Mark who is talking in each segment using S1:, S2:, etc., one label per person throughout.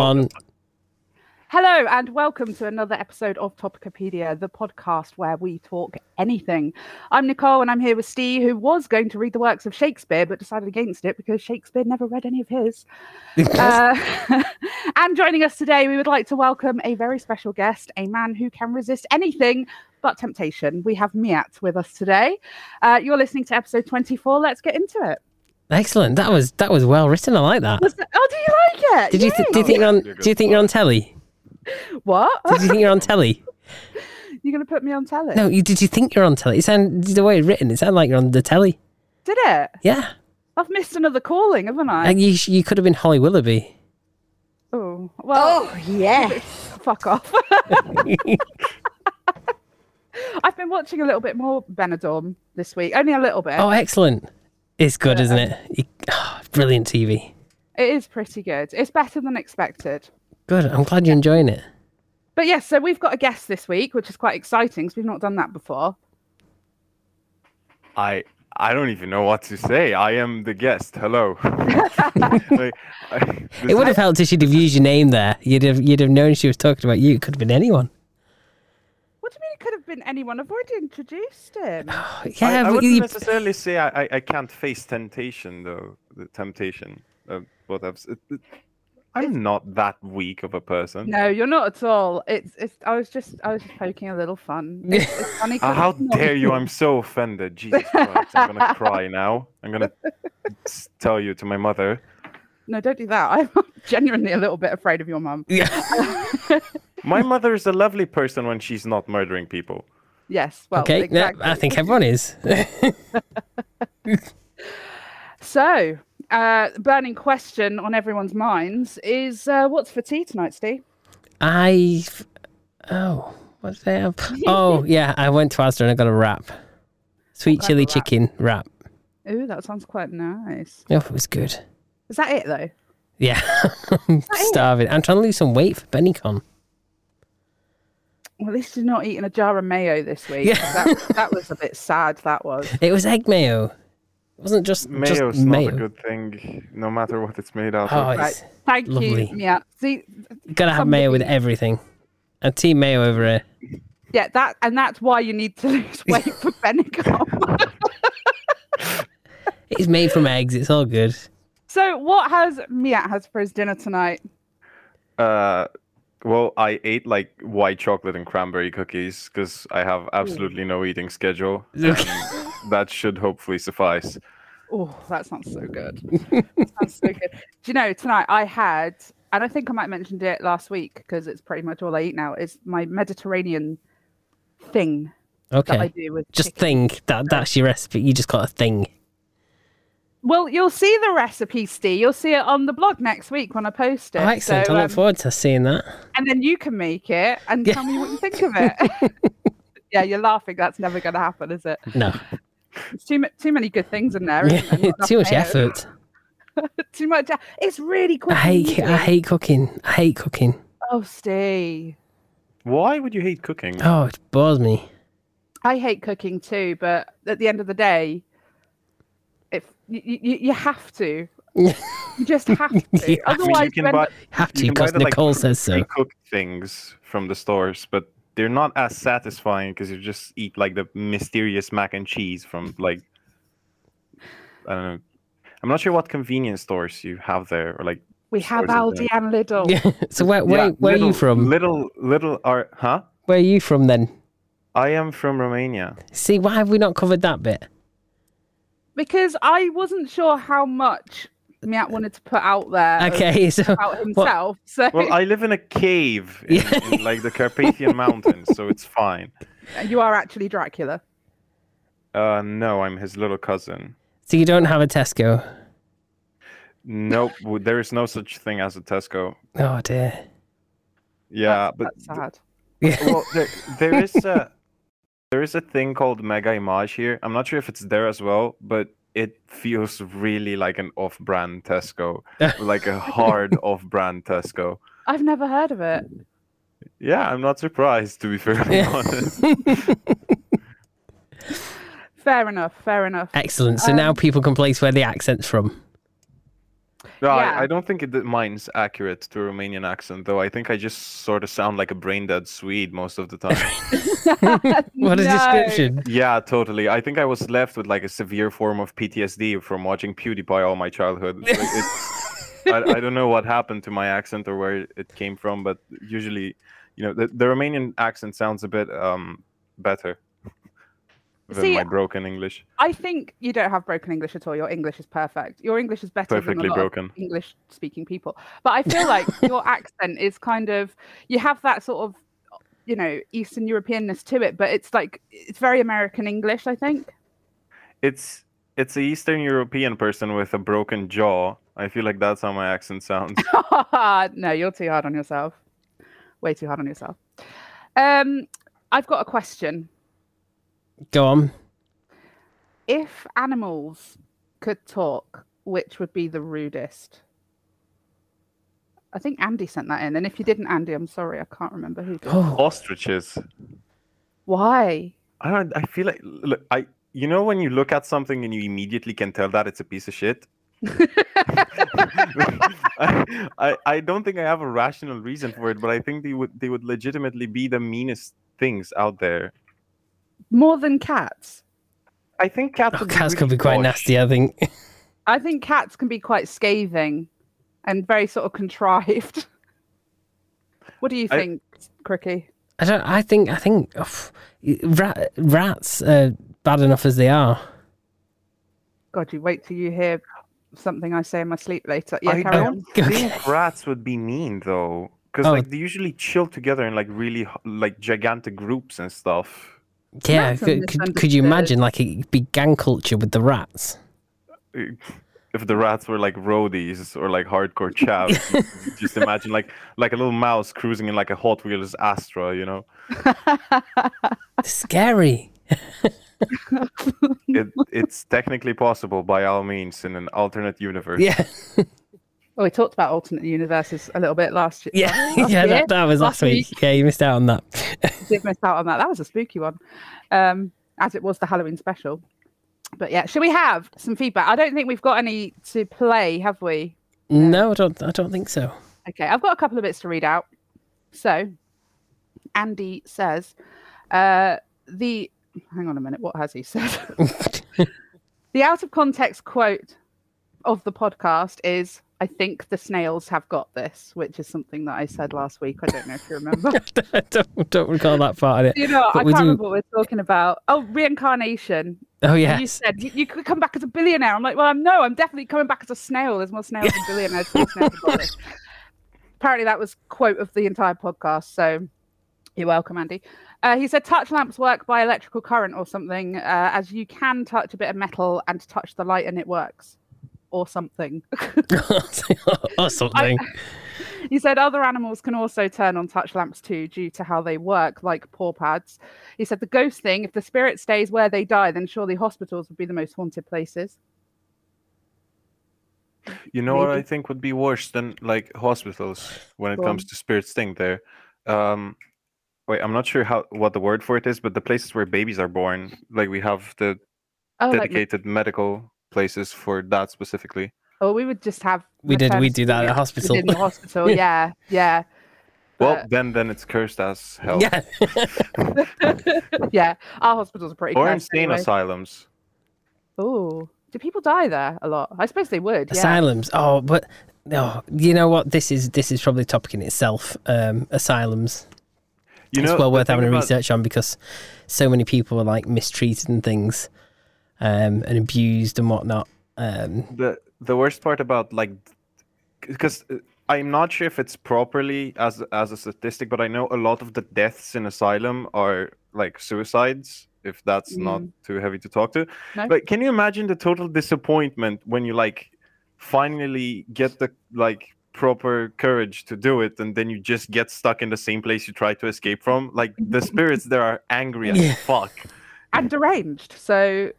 S1: One.
S2: Hello and welcome to another episode of Topicopedia, the podcast where we talk anything. I'm Nicole and I'm here with Steve, who was going to read the works of Shakespeare but decided against it because Shakespeare never read any of his. Uh, and joining us today, we would like to welcome a very special guest, a man who can resist anything but temptation. We have Miat with us today. Uh, you're listening to episode 24. Let's get into it.
S1: Excellent. That was that was well written. I like that.
S2: Was that- Oh, do you like it?
S1: Did you th- do you think you're on do you think you're on telly?
S2: Yay. what?
S1: Did you think you're on telly?
S2: You're going to put me on telly?
S1: No, you did you think you're on telly? It sound the way it's written, it sounded like you're on the telly.
S2: Did it?
S1: Yeah.
S2: I've missed another calling, haven't I?
S1: Like you sh- you could have been Holly Willoughby.
S2: Oh, well,
S3: Oh yeah.
S2: fuck off. I've been watching a little bit more Benidorm this week, only a little bit.
S1: Oh, excellent. It's good, isn't it? You- ah, brilliant TV.
S2: It is pretty good. It's better than expected.
S1: Good. I'm glad you're enjoying it.
S2: But yes, so we've got a guest this week, which is quite exciting because we've not done that before.
S4: I I don't even know what to say. I am the guest. Hello. Like, I- this
S1: It would have
S4: is-
S1: helped if she'd have used your name there. You'd have you'd have known she was talking about you. It could have been anyone.
S2: What do you mean it could have been anyone? I've already introduced him.
S1: Yeah,
S4: I, I
S1: but
S4: wouldn't
S1: you-
S4: necessarily say I, I, I can't face temptation though. The temptation of what I've. s- It, it, I'm not that weak of a person.
S2: No, you're not at all. It's it's. I was just I was just poking a little fun. It's, it's funny 'cause
S4: Uh, how
S2: it's not-
S4: dare you! I'm so offended. Jesus Christ! I'm gonna cry now. I'm gonna s- tell you to my mother.
S2: No, don't do that. I'm genuinely a little bit afraid of your mum.
S1: Yeah.
S4: My mother is a lovely person when she's not murdering people.
S2: Yes. Well,
S1: Okay. Yeah,
S2: exactly.
S1: I think everyone is.
S2: So, uh, burning question on everyone's minds is uh, what's for tea tonight, Steve?
S1: I. f- Oh, what did I have? oh, yeah, I went to Asda and I got a wrap.
S2: Oh,
S1: Sweet chili chicken wrap.
S2: Ooh, that sounds quite nice.
S1: Oh, it was good.
S2: Is that it though?
S1: Yeah, I'm starving. I'm trying to lose some weight for BennyCon.
S2: Well, at least you're not eating a jar of mayo this week. 'cause That, that was a bit sad. That was.
S1: It was egg mayo. It wasn't just
S4: Mayo's
S1: just mayo.
S4: not a good thing, no matter what it's made out
S1: Oh,
S4: of.
S1: it's,
S2: Right. Thank
S1: Lovely.
S2: you. Yeah. See,
S1: you gotta have mayo with everything. A team mayo over here.
S2: yeah, that and that's why you need to lose weight for Benicom.
S1: It's made from eggs. It's all good.
S2: so, what has Miat has for his dinner tonight?
S4: Uh, well, I ate like white chocolate and cranberry cookies because I have absolutely no eating schedule. and that should hopefully suffice.
S2: Oh, that sounds so good. That sounds so good. Do you know tonight I had, and I think I might have mentioned it last week because it's pretty much all I eat now. Is my Mediterranean thing that I
S1: Okay.
S2: do with
S1: Just
S2: chicken.
S1: thing that that's your recipe. You just got a thing.
S2: Well, you'll see the recipe, Steve. You'll see it on the blog next week when I post it.
S1: Oh, excellent.
S2: So,
S1: I
S2: um,
S1: look forward to seeing that.
S2: and then you can make it and tell me what you think of it. yeah, you're laughing. That's never going to happen, is it?
S1: No,
S2: It's too ma- too many good things in there. Isn't there? Not enough
S1: too much
S2: mayo.
S1: effort.
S2: too much. e- It's really quick.
S1: I
S2: and
S1: hate
S2: easy.
S1: I hate cooking. I hate cooking.
S2: Oh, Steve.
S4: Why would you hate cooking?
S1: Oh, it bores me.
S2: I hate cooking too, but at the end of the day, if you, you, you have to, you just have to.
S1: Yeah, I
S4: I mean,
S2: Otherwise,
S4: you can
S2: when-
S4: buy
S1: Have to
S4: You can buy
S1: because
S4: the, like,
S1: Nicole says so.
S4: pre-cooked things from the stores, but they're not as satisfying because you just eat like the mysterious mac and cheese from like I don't know. I'm not sure what convenience stores you have there, or like
S2: we have
S4: stores
S2: Aldi
S4: and
S2: and Lidl.
S1: Yeah. So where where,
S4: Yeah,
S1: where are you
S4: little-
S1: from?
S4: Little, little are huh?
S1: Where are you from then?
S4: I am from Romania.
S1: See, why have we not covered that bit?
S2: Because I wasn't sure how much Miat wanted to put out there of-
S1: Okay, so
S2: about himself. So
S4: Well, I live in a cave in, in, like the Carpathian Mountains, so it's fine.
S2: you are actually Dracula.
S4: Uh, no, I'm his little cousin.
S1: so you don't have a Tesco.
S4: Nope, w- there is no such thing as a Tesco.
S1: Oh dear.
S4: Yeah,
S2: That's-
S4: but
S2: that's sad.
S4: well, there, there is a there is a thing called Mega Image here. I'm not sure if it's there as well, but it feels really like an off-brand Tesco, like a hard off-brand Tesco.
S2: I've never heard of it.
S4: Yeah, I'm not surprised to be fairly
S1: Yeah.
S4: honest.
S2: Fair enough. Fair enough. Um,
S1: Excellent. So now people can place where the accent's from.
S4: No,
S2: Yeah.
S4: I, I don't think it, that mine's accurate to a Romanian accent, though. I think I just sort of sound like a brain dead Swede most of the time.
S1: What a
S2: No.
S1: description.
S4: yeah, totally. I think I was left with like a severe form of PTSD from watching PewDiePie all my childhood. Like, it's- I, I don't know what happened to my accent or where it came from, but usually, you know, the, the Romanian accent sounds a bit um better than
S2: See,
S4: my broken English.
S2: I think you don't have broken English at all. Your English is perfect. Your English is better
S4: Perfectly
S2: than a lot of
S4: broken.
S2: English speaking people. But I feel like your accent is kind of you have that sort of you know Eastern Europeanness to it, but it's like it's very American English. I think.
S4: It's it's a Eastern European person with a broken jaw. I feel like that's how my accent sounds.
S2: no, you're too hard on yourself. Way too hard on yourself. Um, I've got a question.
S1: Go on.
S2: If animals could talk, which would be the rudest? I think Andy sent that in. And if you didn't, Andy, I'm sorry. I can't remember who did.
S1: Oh,
S4: Ostriches.
S2: Why?
S4: I don't. I feel like look, I. You know when you look at something and you immediately can tell that it's a piece of shit. I, I I don't think I have a rational reason for it, but I think they would they would legitimately be the meanest things out there.
S2: More than cats.
S4: I think cats.
S1: oh
S4: would
S1: cats
S4: really
S1: could be quite
S4: posh.
S1: nasty, I think.
S2: I think cats can be quite scathing and very sort of contrived. what do you
S4: I-
S2: think, Cricky?
S1: I don't. I think. I think. oof, rat, rats are bad enough as they are.
S2: God, you wait till you hear something I say in my sleep later. Yeah,
S4: I
S2: carry on.
S4: don't think rats would be mean though, because
S1: Oh.
S4: like they usually chill together in like really h- like gigantic groups and stuff.
S1: Yeah.
S2: Rats are
S1: Could, could, could you
S2: misunderstood.
S1: imagine like a big gang culture with the rats?
S4: if the rats were like roadies or like hardcore chavs, just imagine like like a little mouse cruising in like a Hot Wheels Astra, you know?
S1: Scary.
S4: It it's technically possible by all means in an alternate universe.
S1: Yeah.
S2: Well, we talked about alternate universes a little bit last year.
S1: Yeah.
S2: last
S1: yeah.
S2: year?
S1: That, that was
S2: Last
S1: last week. Yeah, you missed out on that.
S2: did miss out on that. That was a spooky one, um, as it was the Halloween special. But yeah, should we have some feedback? I don't think we've got any to play, have we?
S1: No, I don't. I don't think so.
S2: Okay, I've got a couple of bits to read out. So, Andy says, uh, the hang on a minute, what has he said? the out of context quote of the podcast is. I think the snails have got this, which is something that I said last week. I don't know if you remember.
S1: I don't, don't recall that part of it.
S2: you know,
S1: But
S2: I
S1: we
S2: can't
S1: do-
S2: remember what we're talking about. Oh, reincarnation.
S1: Oh
S2: And
S1: yeah.
S2: You said you, you could come back as a billionaire. I'm like, well, I'm no, I'm definitely coming back as a snail. There's more snails than billionaires. than snails in Scotland. Apparently, that was quote of the entire podcast. So you're welcome, Andy. Uh, he said touch lamps work by electrical current or something, uh, as you can touch a bit of metal and touch the light and it works, or something.
S1: or something.
S2: He said other animals can also turn on touch lamps too, due to how they work, like paw pads. He said the ghost thing, if the spirit stays where they die, then surely hospitals would be the most haunted places.
S4: You know what I
S2: Maybe.
S4: think would be worse than like hospitals when it
S2: Go
S4: comes
S2: on.
S4: to spirits thing there. Um wait, I'm not sure how what the word for it is, but the places where babies are born, like we have the
S2: Oh, like
S4: dedicated medical places for that specifically.
S2: Oh, we would just have.
S1: We did- we
S2: maternity
S1: do that at
S2: units
S1: hospital.
S2: In the hospital, yeah, yeah,
S4: Well,
S2: Uh,
S4: then then it's cursed as hell.
S1: Yeah.
S2: yeah. Our hospitals are pretty.
S4: Or
S2: cursed
S4: insane
S2: anyway.
S4: asylums.
S2: Ooh, do people die there a lot? I suppose they would. Yeah.
S1: Asylums. Oh, but no. you know what? This is this is probably a topic in itself. Um, asylums.
S4: You
S1: it's
S4: know,
S1: well
S4: the
S1: worth
S4: thing
S1: having a
S4: about-
S1: research on because so many people are like mistreated and things, um, and abused and whatnot. Um,
S4: the the worst part about like because i'm not sure if it's properly as as a statistic but i know a lot of the deaths in asylum are like suicides if that's not too heavy to talk to
S2: Mm. No.
S4: but can you imagine the total disappointment when you like finally get the like proper courage to do it and then you just get stuck in the same place you tried to escape from like the spirits there are angry as
S1: Yeah.
S4: fuck
S2: and deranged. So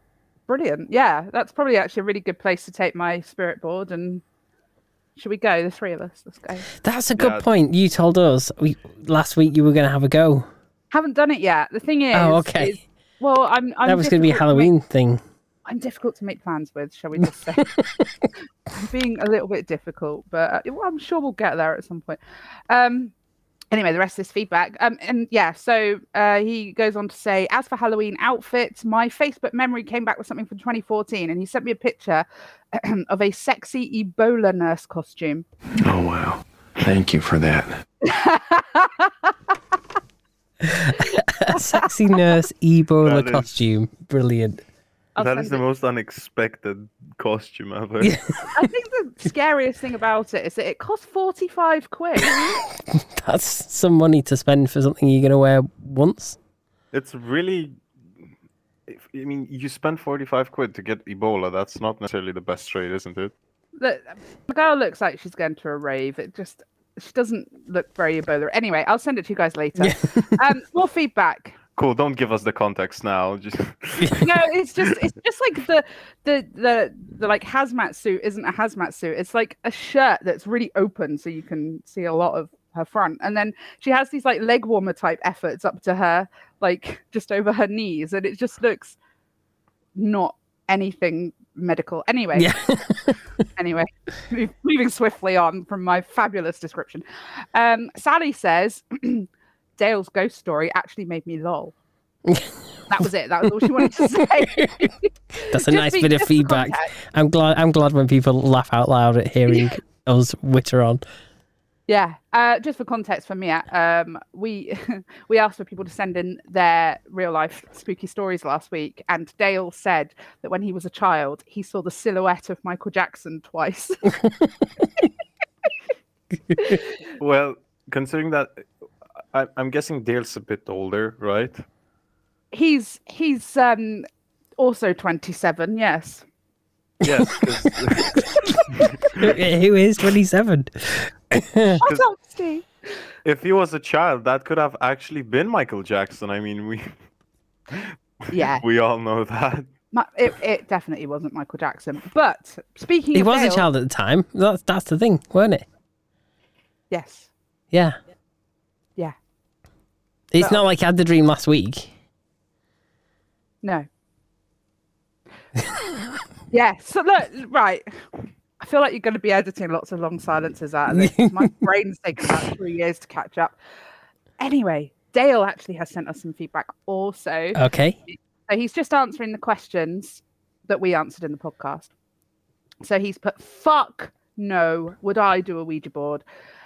S2: brilliant. Yeah, that's probably actually a really good place to take my spirit board. And should we go? The three of us. Let's go.
S1: that's a good
S4: Yeah.
S1: point. You told us we, last week you were going to have a go.
S2: Haven't done it yet. The thing is.
S1: oh, okay.
S2: is- well, I'm. I'm
S1: that was going to be a
S2: difficult to make-
S1: Halloween thing.
S2: I'm difficult to make plans with, shall we just say? I'm being a little bit difficult, but uh, well, I'm sure we'll get there at some point. Um, anyway, the rest is feedback. Um, and yeah, so uh, he goes on to say, as for Halloween outfits, my Facebook memory came back with something from 2014, and he sent me a picture of a sexy Ebola nurse costume.
S3: Oh, wow. Thank you for that.
S1: A sexy nurse Ebola
S4: That is-
S1: costume. Brilliant.
S2: I'll
S4: that is
S2: send
S4: the
S2: it.
S4: most unexpected costume ever.
S1: Yeah.
S2: I think the scariest thing about it is that it costs 45 quid.
S1: That's some money to spend for something you're going to wear once.
S4: It's really. if- I mean, you spend 45 quid to get Ebola. That's not necessarily the best trade, isn't it?
S2: the, the girl looks like she's going to a rave. It just she doesn't look very Ebola. Anyway, I'll send it to you guys later. um, more feedback.
S4: Cool. Don't give us the context now. Just
S2: No, it's just it's just like the the the the like hazmat suit isn't a hazmat suit. It's like a shirt that's really open so you can see a lot of her front. And then she has these like leg warmer type efforts up to her, like just over her knees, and it just looks not anything medical. Anyway,
S1: Yeah.
S2: anyway, move- moving swiftly on from my fabulous description. Um, Sally says, Dale's ghost story actually made me lol. that was it. That was all she wanted to say.
S1: That's a
S2: Just
S1: nice
S2: be-
S1: bit of
S2: just for
S1: feedback.
S2: context.
S1: I'm glad I'm glad when people laugh out loud at hearing us witter on.
S2: Yeah. Uh, just for context for Mia, um, we we asked for people to send in their real life spooky stories last week, and Dale said that when he was a child, he saw the silhouette of Michael Jackson twice.
S4: well, considering that, I, I'm guessing Dale's a bit older, right?
S2: he's he's um, also twenty seven. Yes.
S4: Yes. 'cause-
S1: Who is 27?
S2: What's up, Steve?
S4: if he was a child, that could have actually been Michael Jackson. I mean, we
S2: Yeah,
S4: we all know that.
S2: my, it, it definitely wasn't Michael Jackson. But speaking,
S1: He
S2: of
S1: was a
S2: Dale-
S1: child at the time. That's that's the thing, weren't it?
S2: Yes,
S1: Yeah.
S2: Yeah.
S1: It's
S2: But-
S1: not like he had the dream last week.
S2: no. yes. So look, right. I feel like you're going to be editing lots of long silences out of this. 'cause My brain's taken about three years to catch up. Anyway, Dale actually has sent us some feedback also.
S1: Okay.
S2: So he's just answering the questions that we answered in the podcast. So he's put, fuck no, would I do a Ouija board?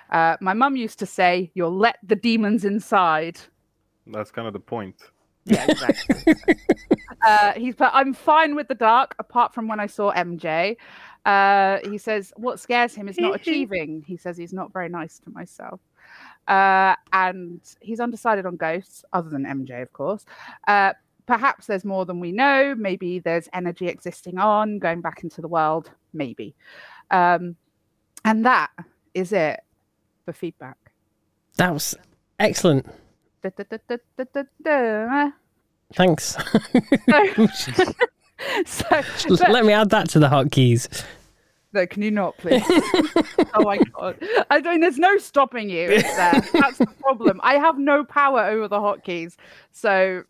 S2: Uh, my mum used to say, you'll let the demons inside.
S4: That's kind of the point.
S2: Yeah, exactly. uh, he's put, I'm fine with the dark, apart from when I saw MJ. Uh, he says, what scares him is not achieving. He says he's not very nice to myself. Uh, and he's undecided on ghosts, other than MJ, of course. Uh, perhaps there's more than we know. Maybe there's energy existing on, going back into the world. Maybe. Um, and that is it for feedback.
S1: That was excellent.
S2: Da, da, da, da, da, da, da.
S1: Thanks.
S2: So- so, but-
S1: Let me add that to the hotkeys.
S2: No, can you not, please? oh my god! I mean, there's no stopping you. is there? That's the problem. I have no power over the hotkeys. So,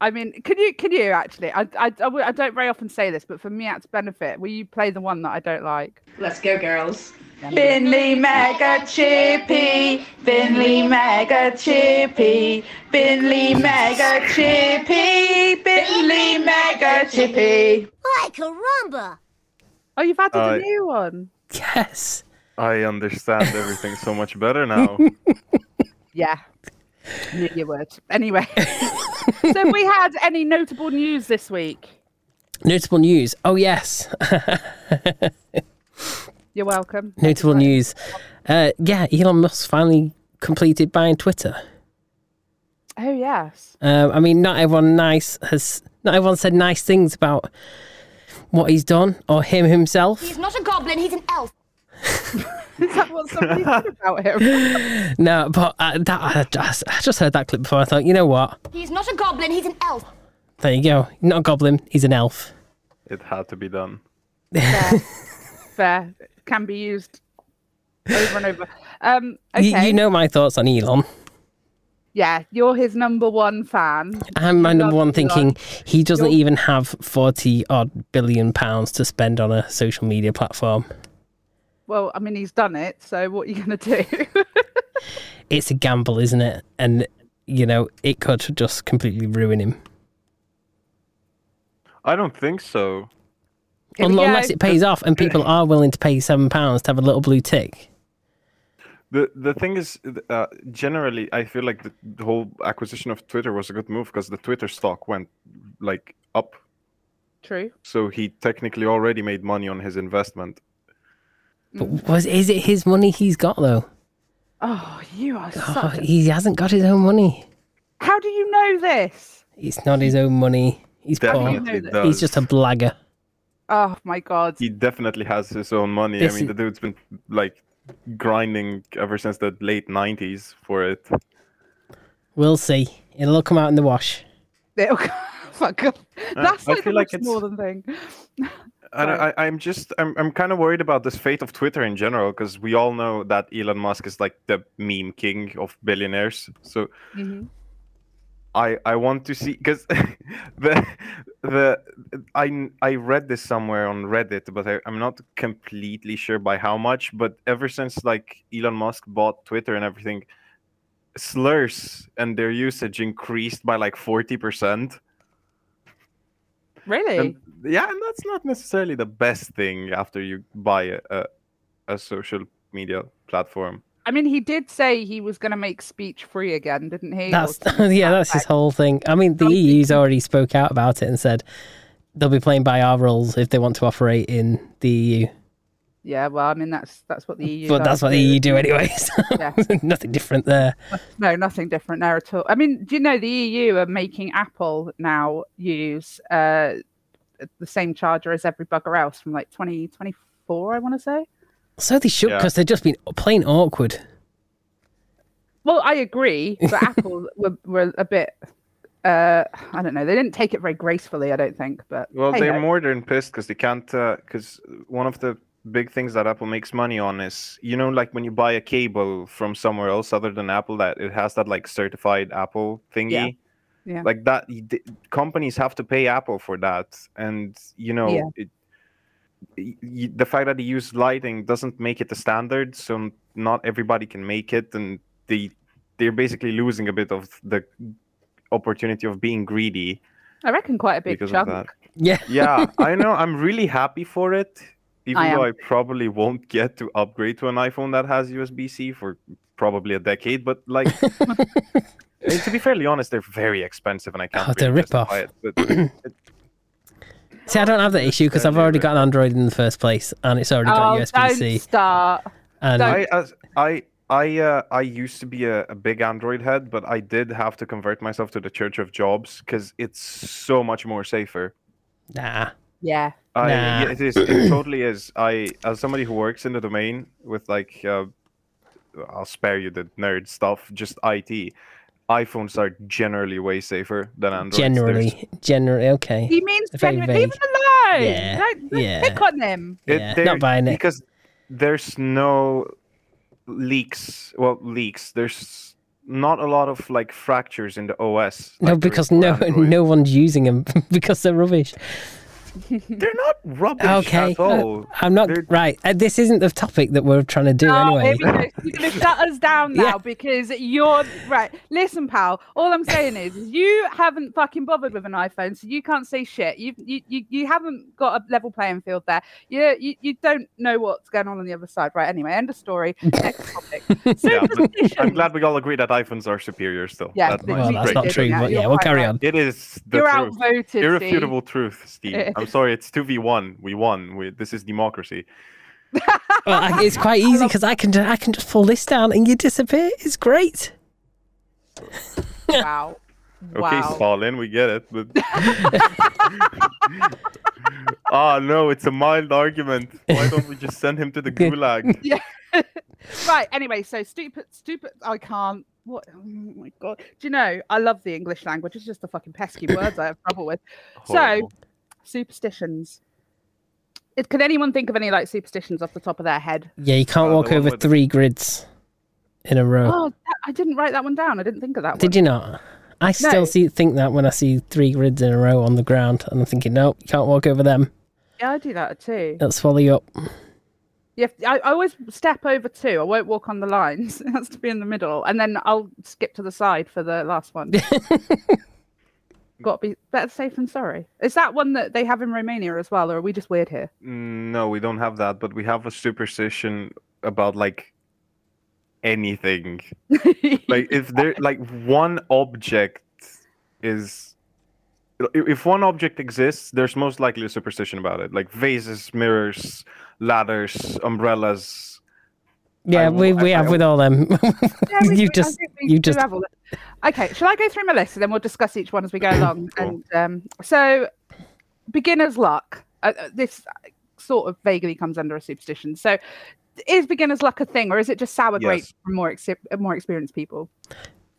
S2: I mean, can you? Can you actually? I, I, I w- I don't very often say this, but for Miat's benefit, will you play the one that I don't like?
S5: Let's go, girls.
S2: Finley Mega Chippy, Finley Mega Chippy, Finley Mega Chippy, Finley Mega Chippy.
S6: Like caramba!
S2: Oh, you've added
S4: Uh,
S2: a new one.
S1: Yes.
S4: I understand everything so much better now.
S2: Yeah. Knew you would. Anyway. so have we had any notable news this week?
S1: Notable news. Oh yes.
S2: You're welcome.
S1: Notable news. Uh, yeah, Elon Musk finally completed buying Twitter.
S2: Oh yes.
S1: Um, I mean, not everyone nice has not everyone said nice things about what he's done or him himself.
S6: He's not a goblin, he's an elf.
S2: Is that what somebody said about him?
S1: No, but uh, that I just, I just heard that clip before. I thought, you know what?
S6: He's not a goblin, he's an elf.
S1: There you go. Not a goblin. He's an elf.
S4: it had to be done.
S2: Fair. Fair. Can be used over and over. Um
S1: You-
S2: okay.
S1: You, know my thoughts on Elon.
S2: Yeah, you're his number one fan.
S1: I'm my number
S2: Love
S1: one
S2: you, love.
S1: thinking he doesn't
S2: You're-
S1: even have 40 odd billion pounds to spend on a social media platform.
S2: Well, I mean, he's done it. So what are you going to do?
S1: It's a gamble, isn't it? And, you know, it could just completely ruin him.
S4: I don't think so.
S1: Un-
S2: Yeah,
S1: Unless it pays off and people are willing to pay £7 pounds to have a little blue tick.
S4: The the thing is, th- uh, generally, I feel like the, the whole acquisition of Twitter was a good move because the Twitter stock went like up.
S2: True.
S4: So he technically already made money on his investment.
S2: Mm.
S1: But was is it his money he's got, though?
S2: Oh, you are
S1: Oh,
S2: such. a-
S1: he hasn't got his own money.
S2: How do you know this?
S1: It's not his own money. He's poor.
S4: Definitely
S2: that?
S4: does.
S1: He's just Oh, a blagger.
S2: Oh my god.
S4: He definitely has his own money.
S1: This
S4: I
S1: is-
S4: mean, the dude's been like grinding ever since the late '90s for it.
S1: We'll see. It'll all come out in the wash.
S2: It'll go- Fuck off. That's
S4: Uh, I
S2: like the
S4: feel like
S2: most
S4: it's-
S2: northern thing.
S4: And
S2: Sorry.
S4: I, I- I'm just I'm I'm kind of worried about this fate of Twitter in general because we all know that Elon Musk is like the meme king of billionaires. So I I want to see because the the I n- I read this somewhere on Reddit, but I, I'm not completely sure by how much. But ever since like Elon Musk bought Twitter and everything, slurs and their usage increased by like forty percent.
S2: Really?
S4: And, yeah, and that's not necessarily the best thing after you buy a, a, a social media platform.
S2: I mean, he did say he was going to make speech free again, didn't he? Or
S1: That's
S2: something
S1: yeah,
S2: like
S1: that's his
S2: that.
S1: whole thing. I mean, the
S2: Some
S1: EU's already spoke out about it and said they'll be playing by our rules if they want to operate in the EU.
S2: Yeah, well, I mean, that's that's what the EU.
S1: but that's
S2: does
S1: what the
S2: do.
S1: EU do anyway. So
S2: Yeah.
S1: nothing different there.
S2: No, nothing different there at all. I mean, do you know the EU are making Apple now use uh, the same charger as every bugger else from like 2024, I want to say?
S1: So they should
S4: Yeah.
S1: because they've just been plain awkward.
S2: Well, I agree, but Apple were, were a bit. Uh, I don't know. They didn't take it very gracefully, I don't think. But
S4: Well,
S2: hey,
S4: they're
S2: ho.
S4: more than pissed because they can't. Because one of the big things that Apple makes money on is, you know, like when you buy a cable from somewhere else other than Apple, that it has that like certified Apple thingy.
S2: Yeah.
S4: Like that, y- th- companies have to pay Apple for that, and you know,
S2: Yeah.
S4: it, y- y- the fact that they use lighting doesn't make it a standard, so not everybody can make it, and they they're basically losing a bit of the opportunity of being greedy
S2: I reckon quite a big
S4: because
S2: chunk.
S4: of that.
S1: Yeah.
S4: Yeah, I know. I'm really happy for it, even
S2: I
S4: though I probably won't get to upgrade to an iPhone that has USB-C for probably a decade. But like, eh, to be fairly honest, they're very expensive, and I can't.
S1: Oh, they're
S4: really
S1: rip-off.
S4: justify It, but
S1: See, I don't have that issue because I've already got an Android in the first place and it's already got
S2: Oh,
S1: USB-C.
S2: don't start.
S1: And
S2: don't-
S4: I, as, I, I, uh, I used to be a, a big Android head, but I did have to convert myself to the Church of Jobs because it's so much more safer.
S1: nah,
S2: Yeah.
S4: I, uh, yeah,
S1: Nah.
S4: it is. It totally is. I, as somebody who works in the domain with like, uh, I'll spare you the nerd stuff. Just IT. iPhones are generally way safer than Androids. There's-
S1: generally, generally, okay.
S2: He means
S1: Very
S2: genuine. Leave
S1: vague.
S2: him alone.
S1: Yeah,
S2: Don't, don't
S1: yeah.
S2: pick on him.
S4: it-
S1: Yeah,
S4: there-
S1: not buying it.
S4: because there's no leaks. Well, leaks. There's not a lot of like fractures in the OS.
S1: No,
S4: like there is
S1: because
S4: for
S1: no,
S4: Android.
S1: no one's using them because they're rubbish.
S4: they're not rubbish
S1: Okay,
S4: at all.
S1: I'm not
S4: They're-
S1: right. Uh, this isn't the topic that we're trying to do
S2: Oh,
S1: anyway.
S2: here we go. You're going to shut us down now
S1: Yeah.
S2: because you're right. Listen, pal. All I'm saying is you haven't fucking bothered with an iPhone, so you can't say shit. You you you, you haven't got a level playing field there. You, you you don't know what's going on on the other side. Right. Anyway, end of story. Next topic.
S4: Yeah, but I'm
S2: Superstition.
S4: glad we all agree that iPhons are superior still.
S2: Yeah,
S4: That
S2: they-
S4: much
S1: Well,
S2: we
S1: that's
S4: breaks
S1: not
S4: the
S2: did
S1: true,
S4: ice.
S2: that.
S1: but yeah,
S2: You're
S1: we'll
S2: quite
S1: carry
S2: right.
S1: on.
S4: It is the
S2: You're
S4: truth.
S2: outvoted. Steve.
S4: Irrefutable truth, Steve. I'm sorry, it's 2v1. We won. We, this is democracy.
S1: Well, I, it's quite easy because I can ju- I can just pull this down and you disappear. It's great.
S2: Wow.
S4: Okay,
S2: Wow.
S4: Stalin, we get it. But... oh, no, it's a mild argument. Why don't we just send him to the gulag?
S2: Right. Anyway, so stupid, stupid. I can't. What? Oh my god. Do you know? I love the English language. It's just the fucking pesky words I have trouble with.
S4: Horrible.
S2: Superstitions. It, can anyone think of any like superstitions off the top of their head?
S1: Yeah, you can't
S4: Uh, the
S1: walk
S4: one
S1: over
S4: with-
S1: three grids in a row.
S2: Oh, that, I didn't write that one down. I didn't think of that
S1: Did you not? I still see think that when I see three grids in a row on the ground, and I'm thinking, nope, you can't walk over them.
S2: one. Yeah, I do that too.
S1: It'll swallow you up.
S2: You have I, I always step over two. I won't walk on the lines. It has to be in the middle. And then I'll skip to the side for the last one. Got to be better safe than sorry. Is that one that they have in Romania as well, or are we just weird here?
S4: Mm, No, we don't have that, but we have a superstition about like anything. Like if there like one object is i- if one object exists, there's most likely a superstition about it. Like vases, mirrors, ladders, umbrellas.
S1: Yeah,
S4: will-
S1: we, we
S4: I-
S1: have
S4: I-
S1: with all them.
S2: Yeah,
S1: you
S2: we- we- I
S1: just
S2: think we
S1: you
S2: do
S1: just
S2: have all that. Okay, shall I go through my list and then we'll discuss each one as we go along?
S4: Cool.
S2: And um, so, beginner's luck. Uh, uh, this sort of vaguely comes under a superstition. So, is beginner's luck a thing, or is it just sour grapes
S4: Yes.
S2: for more ex- more experienced people?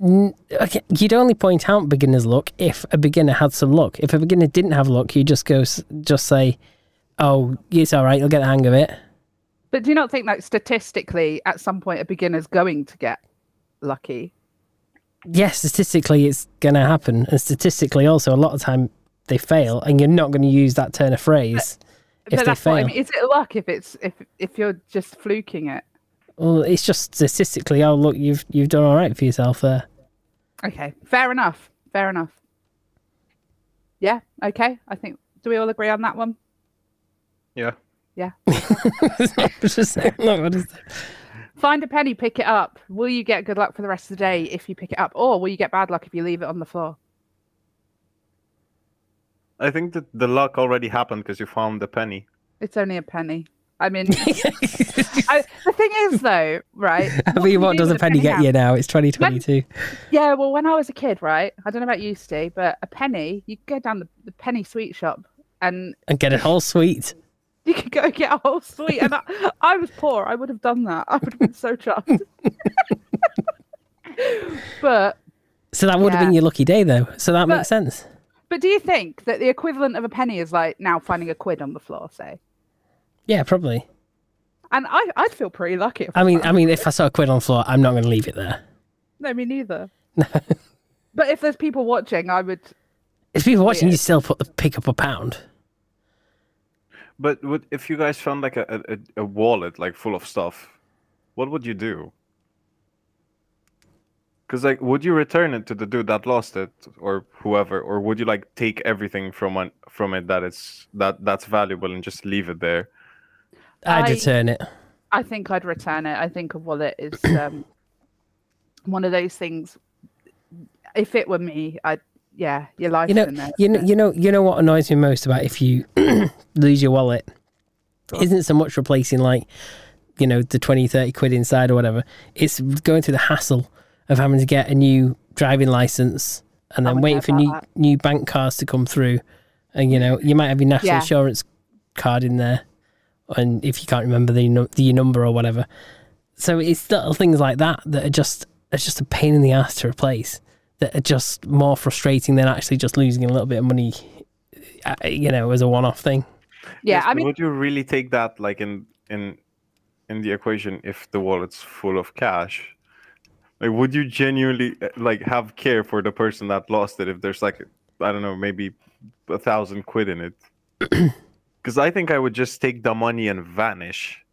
S1: N- okay, you'd only point out beginner's luck if a beginner had some luck. If a beginner didn't have luck, you just go s- just say, "Oh, it's all right. You'll get the hang of it."
S2: But do you not think that statistically, at some point, a beginner's going to get lucky?
S1: Yes, statistically, it's going to happen, and statistically, also a lot of time they fail, and you're not going to use that turn of phrase if
S2: but
S1: they
S2: that's what I
S1: fail.
S2: mean. Is it luck if it's if if you're just fluking it?
S1: Well, it's just statistically. Oh, look, you've you've done all right for yourself there.
S2: Okay, fair enough. Fair enough. Yeah. Okay. I think. Do we all agree on that one?
S4: Yeah.
S1: Just saying, look, what is that?
S2: Find a penny, pick it up. Will you get good luck for the rest of the day if you pick it up, or will you get bad luck if you leave it on the floor?
S4: I think that the luck already happened because you found the penny.
S2: It's only a penny. I mean, I, the thing is, though, right?
S1: I
S2: what do
S1: mean,
S2: you
S1: what
S2: do
S1: does
S2: with
S1: a penny get
S2: now?
S1: you now? It's 2022.
S2: Yeah, well, when I was a kid, right? I don't know about you, Steve, but a penny, you go down the, the penny sweet shop and
S1: And get a whole sweet.
S2: you could go get a whole sweet. And I, I was poor. I would have done that. I would have been so chuffed. but
S1: So that would have
S2: Yeah.
S1: been your lucky day, though. So that
S2: But-
S1: makes sense.
S2: but do you think that the equivalent of a penny is like now finding a quid on the floor, say?
S1: Yeah, probably.
S2: And I, I'd feel pretty lucky. If
S1: I mean, I mean, if I saw a quid on the floor, I'm not going to leave it there.
S2: no, me neither. but if there's people watching, I would.
S1: If people watching,
S2: Yeah.
S1: you still put the pick up a pound.
S4: But would, if you guys found like a, a- a, a wallet like full of stuff, what would you do? Because like, would you return it to the dude that lost it or whoever, or would you like take everything from an, from it that it's that that's valuable and just leave it there?
S1: I'd
S2: I-
S1: return it.
S2: I think I'd return it. I think a wallet is um, one of those things. If it were me, I'd. Yeah, your life.
S1: You know,
S2: in there.
S1: you know, you know, you know what annoys me most about if you lose your wallet isn't so much replacing like, you know, the 20, 30 quid inside or whatever. It's going through the hassle of having to get a new driving license and then
S2: would
S1: waiting
S2: know
S1: for
S2: about
S1: new
S2: that.
S1: new bank cards to come through. And Uh, you know, you might have your national
S2: Yeah.
S1: insurance card in there, and if you can't remember the nu- the your number or whatever, so it's little things like that that are just it's just a pain in the ass to replace that are just more frustrating than actually just losing a little bit of money, uh, you know, as a one off thing.
S2: yeah,
S4: Yes,
S2: I
S4: but
S2: mean,
S4: would you really take that like in in in the equation if the wallet's full of cash? Like, would you genuinely uh, like have care for the person that lost it if there's like I don't know maybe a thousand quid in it? Because I think I would just take the money and vanish.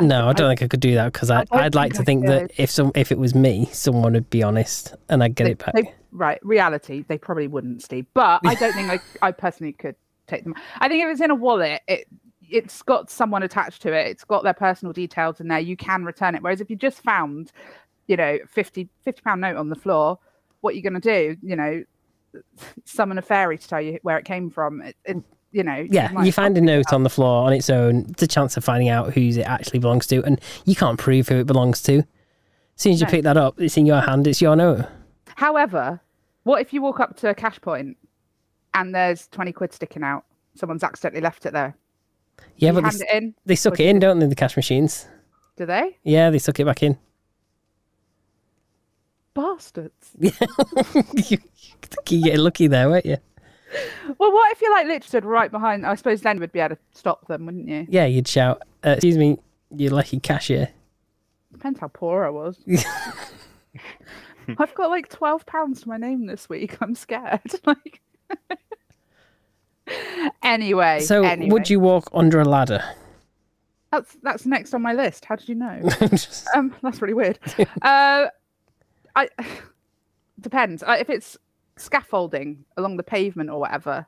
S1: No, I don't think I could do that because I,
S2: don't
S1: I'd like to
S2: think
S1: think
S2: I
S1: that if some if it was me, someone would be honest and I'd get
S2: they-
S1: it back.
S2: they- right, reality, they probably wouldn't, Steve. But I don't think I, I personally could take them. I think if it's in a wallet, it it's got someone attached to it. It's got their personal details in there. You can return it. Whereas if you just found, you know, 50, 50 pound note on the floor, what you are going to do? You know, summon a fairy to tell you where it came from. It, it, you know,
S1: Yeah,
S2: might-
S1: you find a note on the floor on its own. The chance of finding out whose it actually belongs to, and you can't prove who it belongs to. As soon as you
S2: No.
S1: pick that up, it's in your hand. It's your note.
S2: However, what if you walk up to a cash point and there's 20 quid sticking out? Someone's accidentally left it there.
S1: Yeah, but
S2: You
S1: they,
S2: hand
S1: s-
S2: it in,
S1: they suck it in, don't they? The cash machines.
S2: do they?
S1: Yeah, they suck it back in.
S2: Bastards.
S1: you, you get lucky there, weren't you?
S2: Well, what if you like literally stood right behind? I suppose then you would be able to stop them, wouldn't you?
S1: Yeah, you'd shout, uh, "Excuse me, you lucky cashier."
S2: Depends how poor I was. I've got like twelve pounds to my name this week. I'm scared. Like anyway.
S1: So,
S2: anyway.
S1: would you walk under a ladder?
S2: That's that's next on my list. How did you know?
S1: Just-
S2: Um, that's really weird. uh, I depends uh, if it's scaffolding along the pavement or whatever.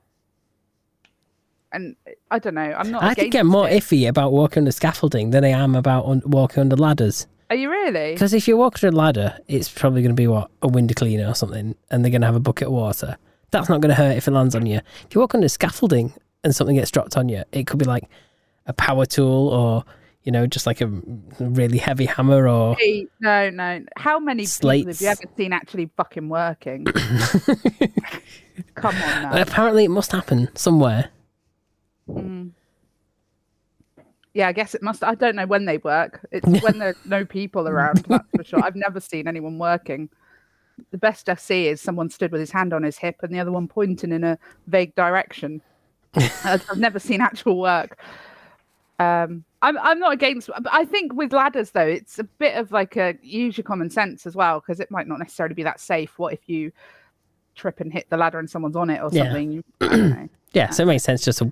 S2: And uh, I don't know. I'm not.
S1: I could
S2: against
S1: get more
S2: it.
S1: iffy about walking under scaffolding than I am about un- walking under ladders.
S2: Are you really?
S1: Because if you walk under a ladder, it's probably going to be what a window cleaner or something, and they're going to have a bucket of water. That's not going to hurt if it lands on you. If you walk under scaffolding and something gets dropped on you, it could be like a power tool or you know just like a really heavy hammer or
S2: Hey, No, no. How many people have
S1: Slates.
S2: you ever seen actually fucking working? Come on now.
S1: Apparently, it must happen somewhere.
S2: Yeah, I guess it must. I don't know when they work. It's when there's no people around, that's for sure. I've never seen anyone working. The best I see is someone stood with his hand on his hip and the other one pointing in a vague direction. I've I've never seen actual work. Um, I'm I'm not against. But I think with ladders though, it's a bit of like a use your common sense as well because it might not necessarily be that safe. What if you trip and hit the ladder and someone's on it or
S1: Yeah.
S2: something? You- I don't know.
S1: Yeah, so it makes sense just to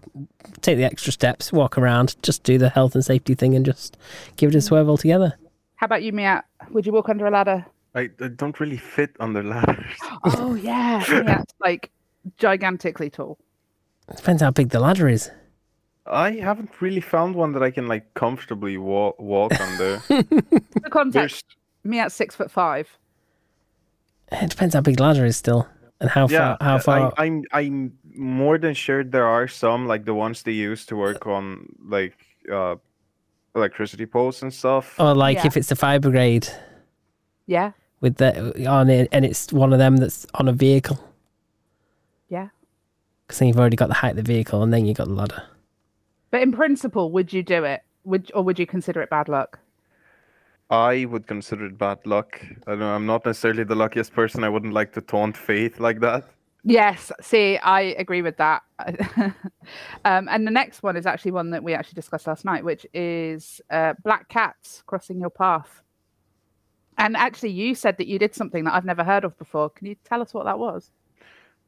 S1: take the extra steps, walk around, just do the health and safety thing, and just give it a swerve altogether.
S2: How about you, Mia? Would you walk under a ladder?
S4: I, I don't really fit under ladders.
S2: Oh yeah, yeah, it's like gigantically tall.
S1: Depends how big the ladder is.
S4: I haven't really found one that I can like comfortably walk walk under.
S2: For context,
S4: There's
S2: me at six foot five.
S1: It depends how big the ladder is still, and how far.
S4: yeah,
S1: How
S4: I-
S1: far?
S4: I, am I'm more than sure there are some like the ones they use to work on like uh electricity poles and stuff.
S1: or like
S2: Yeah.
S1: if it's the fire brigade
S2: Yeah,
S1: with the on it, and it's one of them that's on a vehicle,
S2: yeah.
S1: because then you've already got the height of the vehicle, and then you have got the ladder.
S2: But in principle, would you do it? Would or would you consider it bad luck?
S4: I would consider it bad luck. I don't know, I'm not necessarily the luckiest person. I wouldn't like to taunt faith like that.
S2: Yes. See, I agree with that. um, and the next one is actually one that we actually discussed last night, which is uh, black cats crossing your path. And actually, you said that you did something that I've never heard of before. Can you tell us what that was?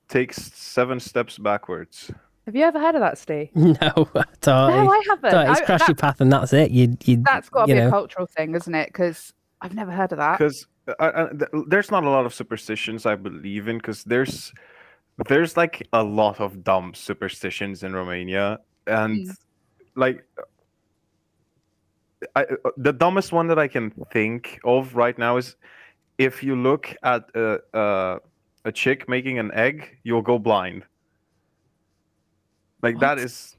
S4: Takes seven steps backwards.
S2: Have you ever heard of that, Steve?
S1: No, I thought
S2: No,
S1: it-
S2: I haven't.
S1: thought it's
S2: I-
S1: crash your
S2: that-
S1: path, and that's it. You, you,
S2: That's got to
S1: you
S2: be a
S1: know,
S2: cultural thing, isn't it? Because I've never heard of that.
S4: because I, I, th- there's not a lot of superstitions I believe in because there's there's like a lot of dumb superstitions in Romania and
S2: Mm.
S4: like I, uh, the dumbest one that I can think of right now is if you look at a, a, a chick making an egg you'll go blind like that is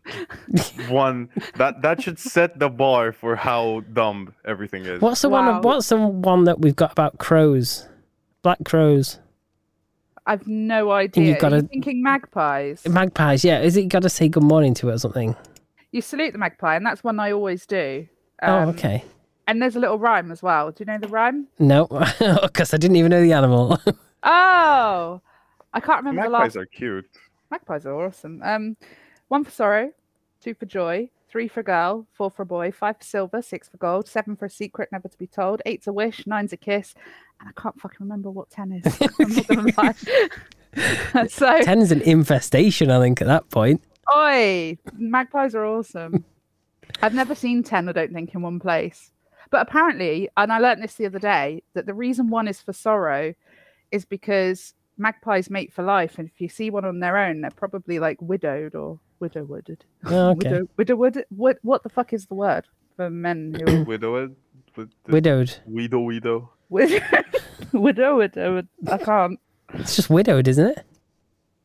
S4: one that that should set the bar for how dumb everything is
S1: what's the
S2: Wow.
S1: one? What's the one that we've got about crows? Black crows.
S2: I've no idea.
S1: you've gotta-
S2: Are you thinking magpies?
S1: Magpies, yeah. Is it got to say good morning to it or something?
S2: You salute the magpie, and that's one I always do.
S1: oh,
S2: Um,
S1: okay.
S2: And there's a little rhyme as well. Do you know the rhyme?
S1: No, because I didn't even know the animal.
S2: Oh, I can't remember the last.
S4: magpies are cute
S2: Magpies are awesome. Um, one for sorrow, two for joy, three for girl, four for boy, five for silver, six for gold, seven for a secret never to be told, eight's a wish, nine's a kiss, and I can't fucking remember what ten is. I'm not gonna lie. so,
S1: Ten's an infestation, I think, at that point.
S2: Oi, magpies are awesome. I've never seen 10, I don't think, in one place. But apparently, and I learnt this the other day, that the reason one is for sorrow is because magpies mate for life. And if you see one on their own, they're probably like widowed or widowwooded.
S1: Oh, okay.
S2: Widow, widowwood, what, what the fuck is the word for men who are
S4: Widowed? With the
S1: Widowed.
S4: widow, widow.
S2: wid- widow, widowed? I can't.
S1: It's just widowed, isn't it?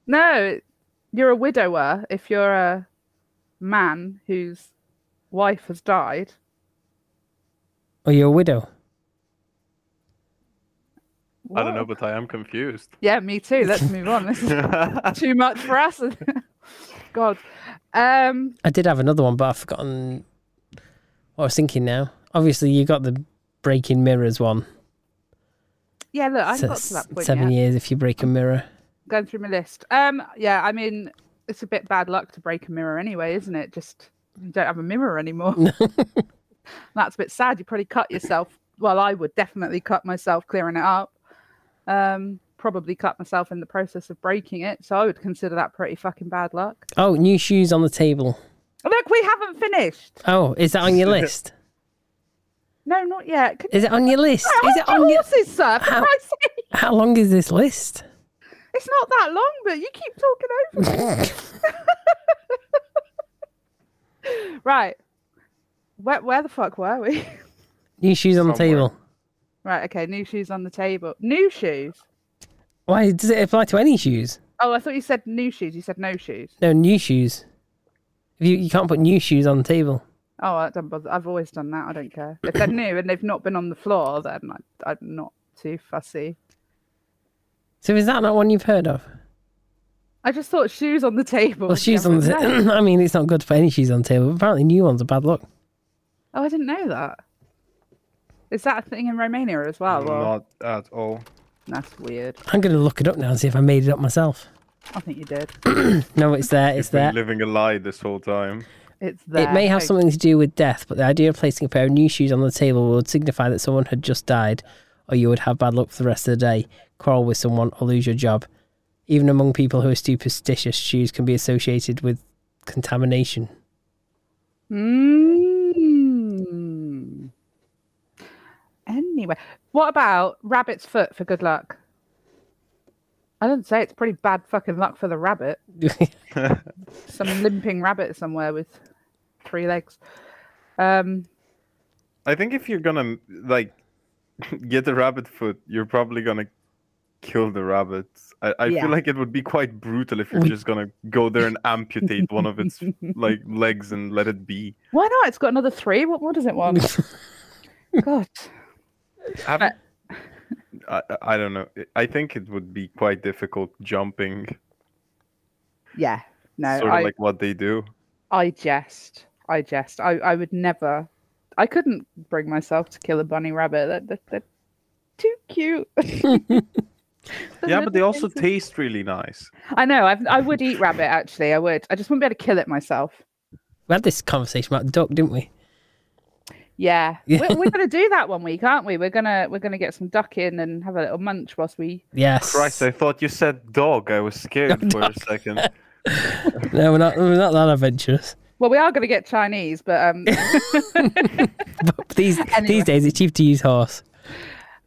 S2: No, you're a widower if you're a man whose wife has died.
S1: Or you're a widow.
S4: I don't know,
S2: What?
S4: but I am confused.
S2: Yeah, me too. Let's move on. This is too much for us. God. Um,
S1: I did have another one, but I've forgotten what I was thinking now. Obviously, you got the breaking mirrors one.
S2: yeah, look, I
S1: So
S2: haven't got
S1: it's
S2: to that point
S1: seven
S2: yet.
S1: years if you break a mirror.
S2: Going through my list. Um, yeah, I mean, it's a bit bad luck to break a mirror anyway, isn't it? Just you don't have a mirror anymore. That's a bit sad. You probably cut yourself well, I would definitely cut myself clearing it up. Um, probably cut myself in the process of breaking it. So I would consider that pretty fucking bad luck.
S1: Oh, new shoes on the table.
S2: Look, we haven't finished.
S1: Oh, is that on your list?
S2: No, not yet. Could-
S1: Is it on your list? Is it on your?
S2: horses, sir? For
S1: How-
S2: Christ's sake.
S1: How long is this list?
S2: It's not that long, but you keep talking over it. right. Where, where the fuck were we?
S1: New shoes on the
S4: Somewhere.
S1: table.
S2: Right, okay, new shoes on the table. New shoes?
S1: Why does it apply to any shoes?
S2: Oh, I thought you said new shoes. You said no shoes.
S1: No, new shoes. If you you can't put new shoes on the table.
S2: Oh, I don't bother. I've always done that. I don't care. If they're new and they've not been on the floor, then I, I'm not too fussy.
S1: So is that not one you've heard of?
S2: I just thought shoes on the table.
S1: Well,
S2: was
S1: shoes on the.
S2: different. No.
S1: I mean, it's not good to put any shoes on the table. but Apparently, new ones are bad luck.
S2: Oh, I didn't know that. Is that a thing in Romania as Ah, well? or-
S4: Not at all.
S2: That's weird.
S1: I'm going to look it up now and see if I made it up myself.
S2: I think you did.
S1: No, it's there. It's there.
S4: Been living a lie this whole time.
S2: It's there.
S1: It may have
S2: Thank-
S1: something to do with death, but the idea of placing a pair of new shoes on the table would signify that someone had just died, or you would have bad luck for the rest of the day, quarrel with someone, or lose your job. Even among people who are superstitious, shoes can be associated with contamination.
S2: Mm. Anyway, what about rabbit's foot for good luck? I don't say it's pretty bad fucking luck for the rabbit. Some limping rabbit somewhere with three legs. Um,
S4: I think if you're gonna like get the rabbit foot, you're probably gonna kill the rabbit. I, I
S2: Yeah.
S4: feel like it would be quite brutal if you're just gonna go there and amputate one of its like legs and let it be.
S2: why not? It's got another three. What more does it want? God.
S4: Have- I, I- I don't know. I think it would be quite difficult jumping,
S2: Yeah. No,
S4: sort of
S2: I,
S4: like what they do.
S2: I jest. I jest. I, I would never. I couldn't bring myself to kill a bunny rabbit. They're, they're, they're too cute.
S4: Yeah, but they also
S2: take.
S4: taste really nice.
S2: I know. I've, I would eat rabbit. Actually, I would. I just wouldn't be able to kill it myself.
S1: We had this conversation about duck, didn't we?
S2: Yeah, we're, we're gonna do that one week, aren't we? We're gonna we're gonna get some duck in and have a little munch whilst we.
S1: Yes.
S4: Christ, I thought you said dog. I was scared for a second.
S1: No, we're not. We're not that adventurous.
S2: Well, we are gonna get Chinese, but um,
S1: But these
S2: Anyway.
S1: these days, it's cheap to use horse.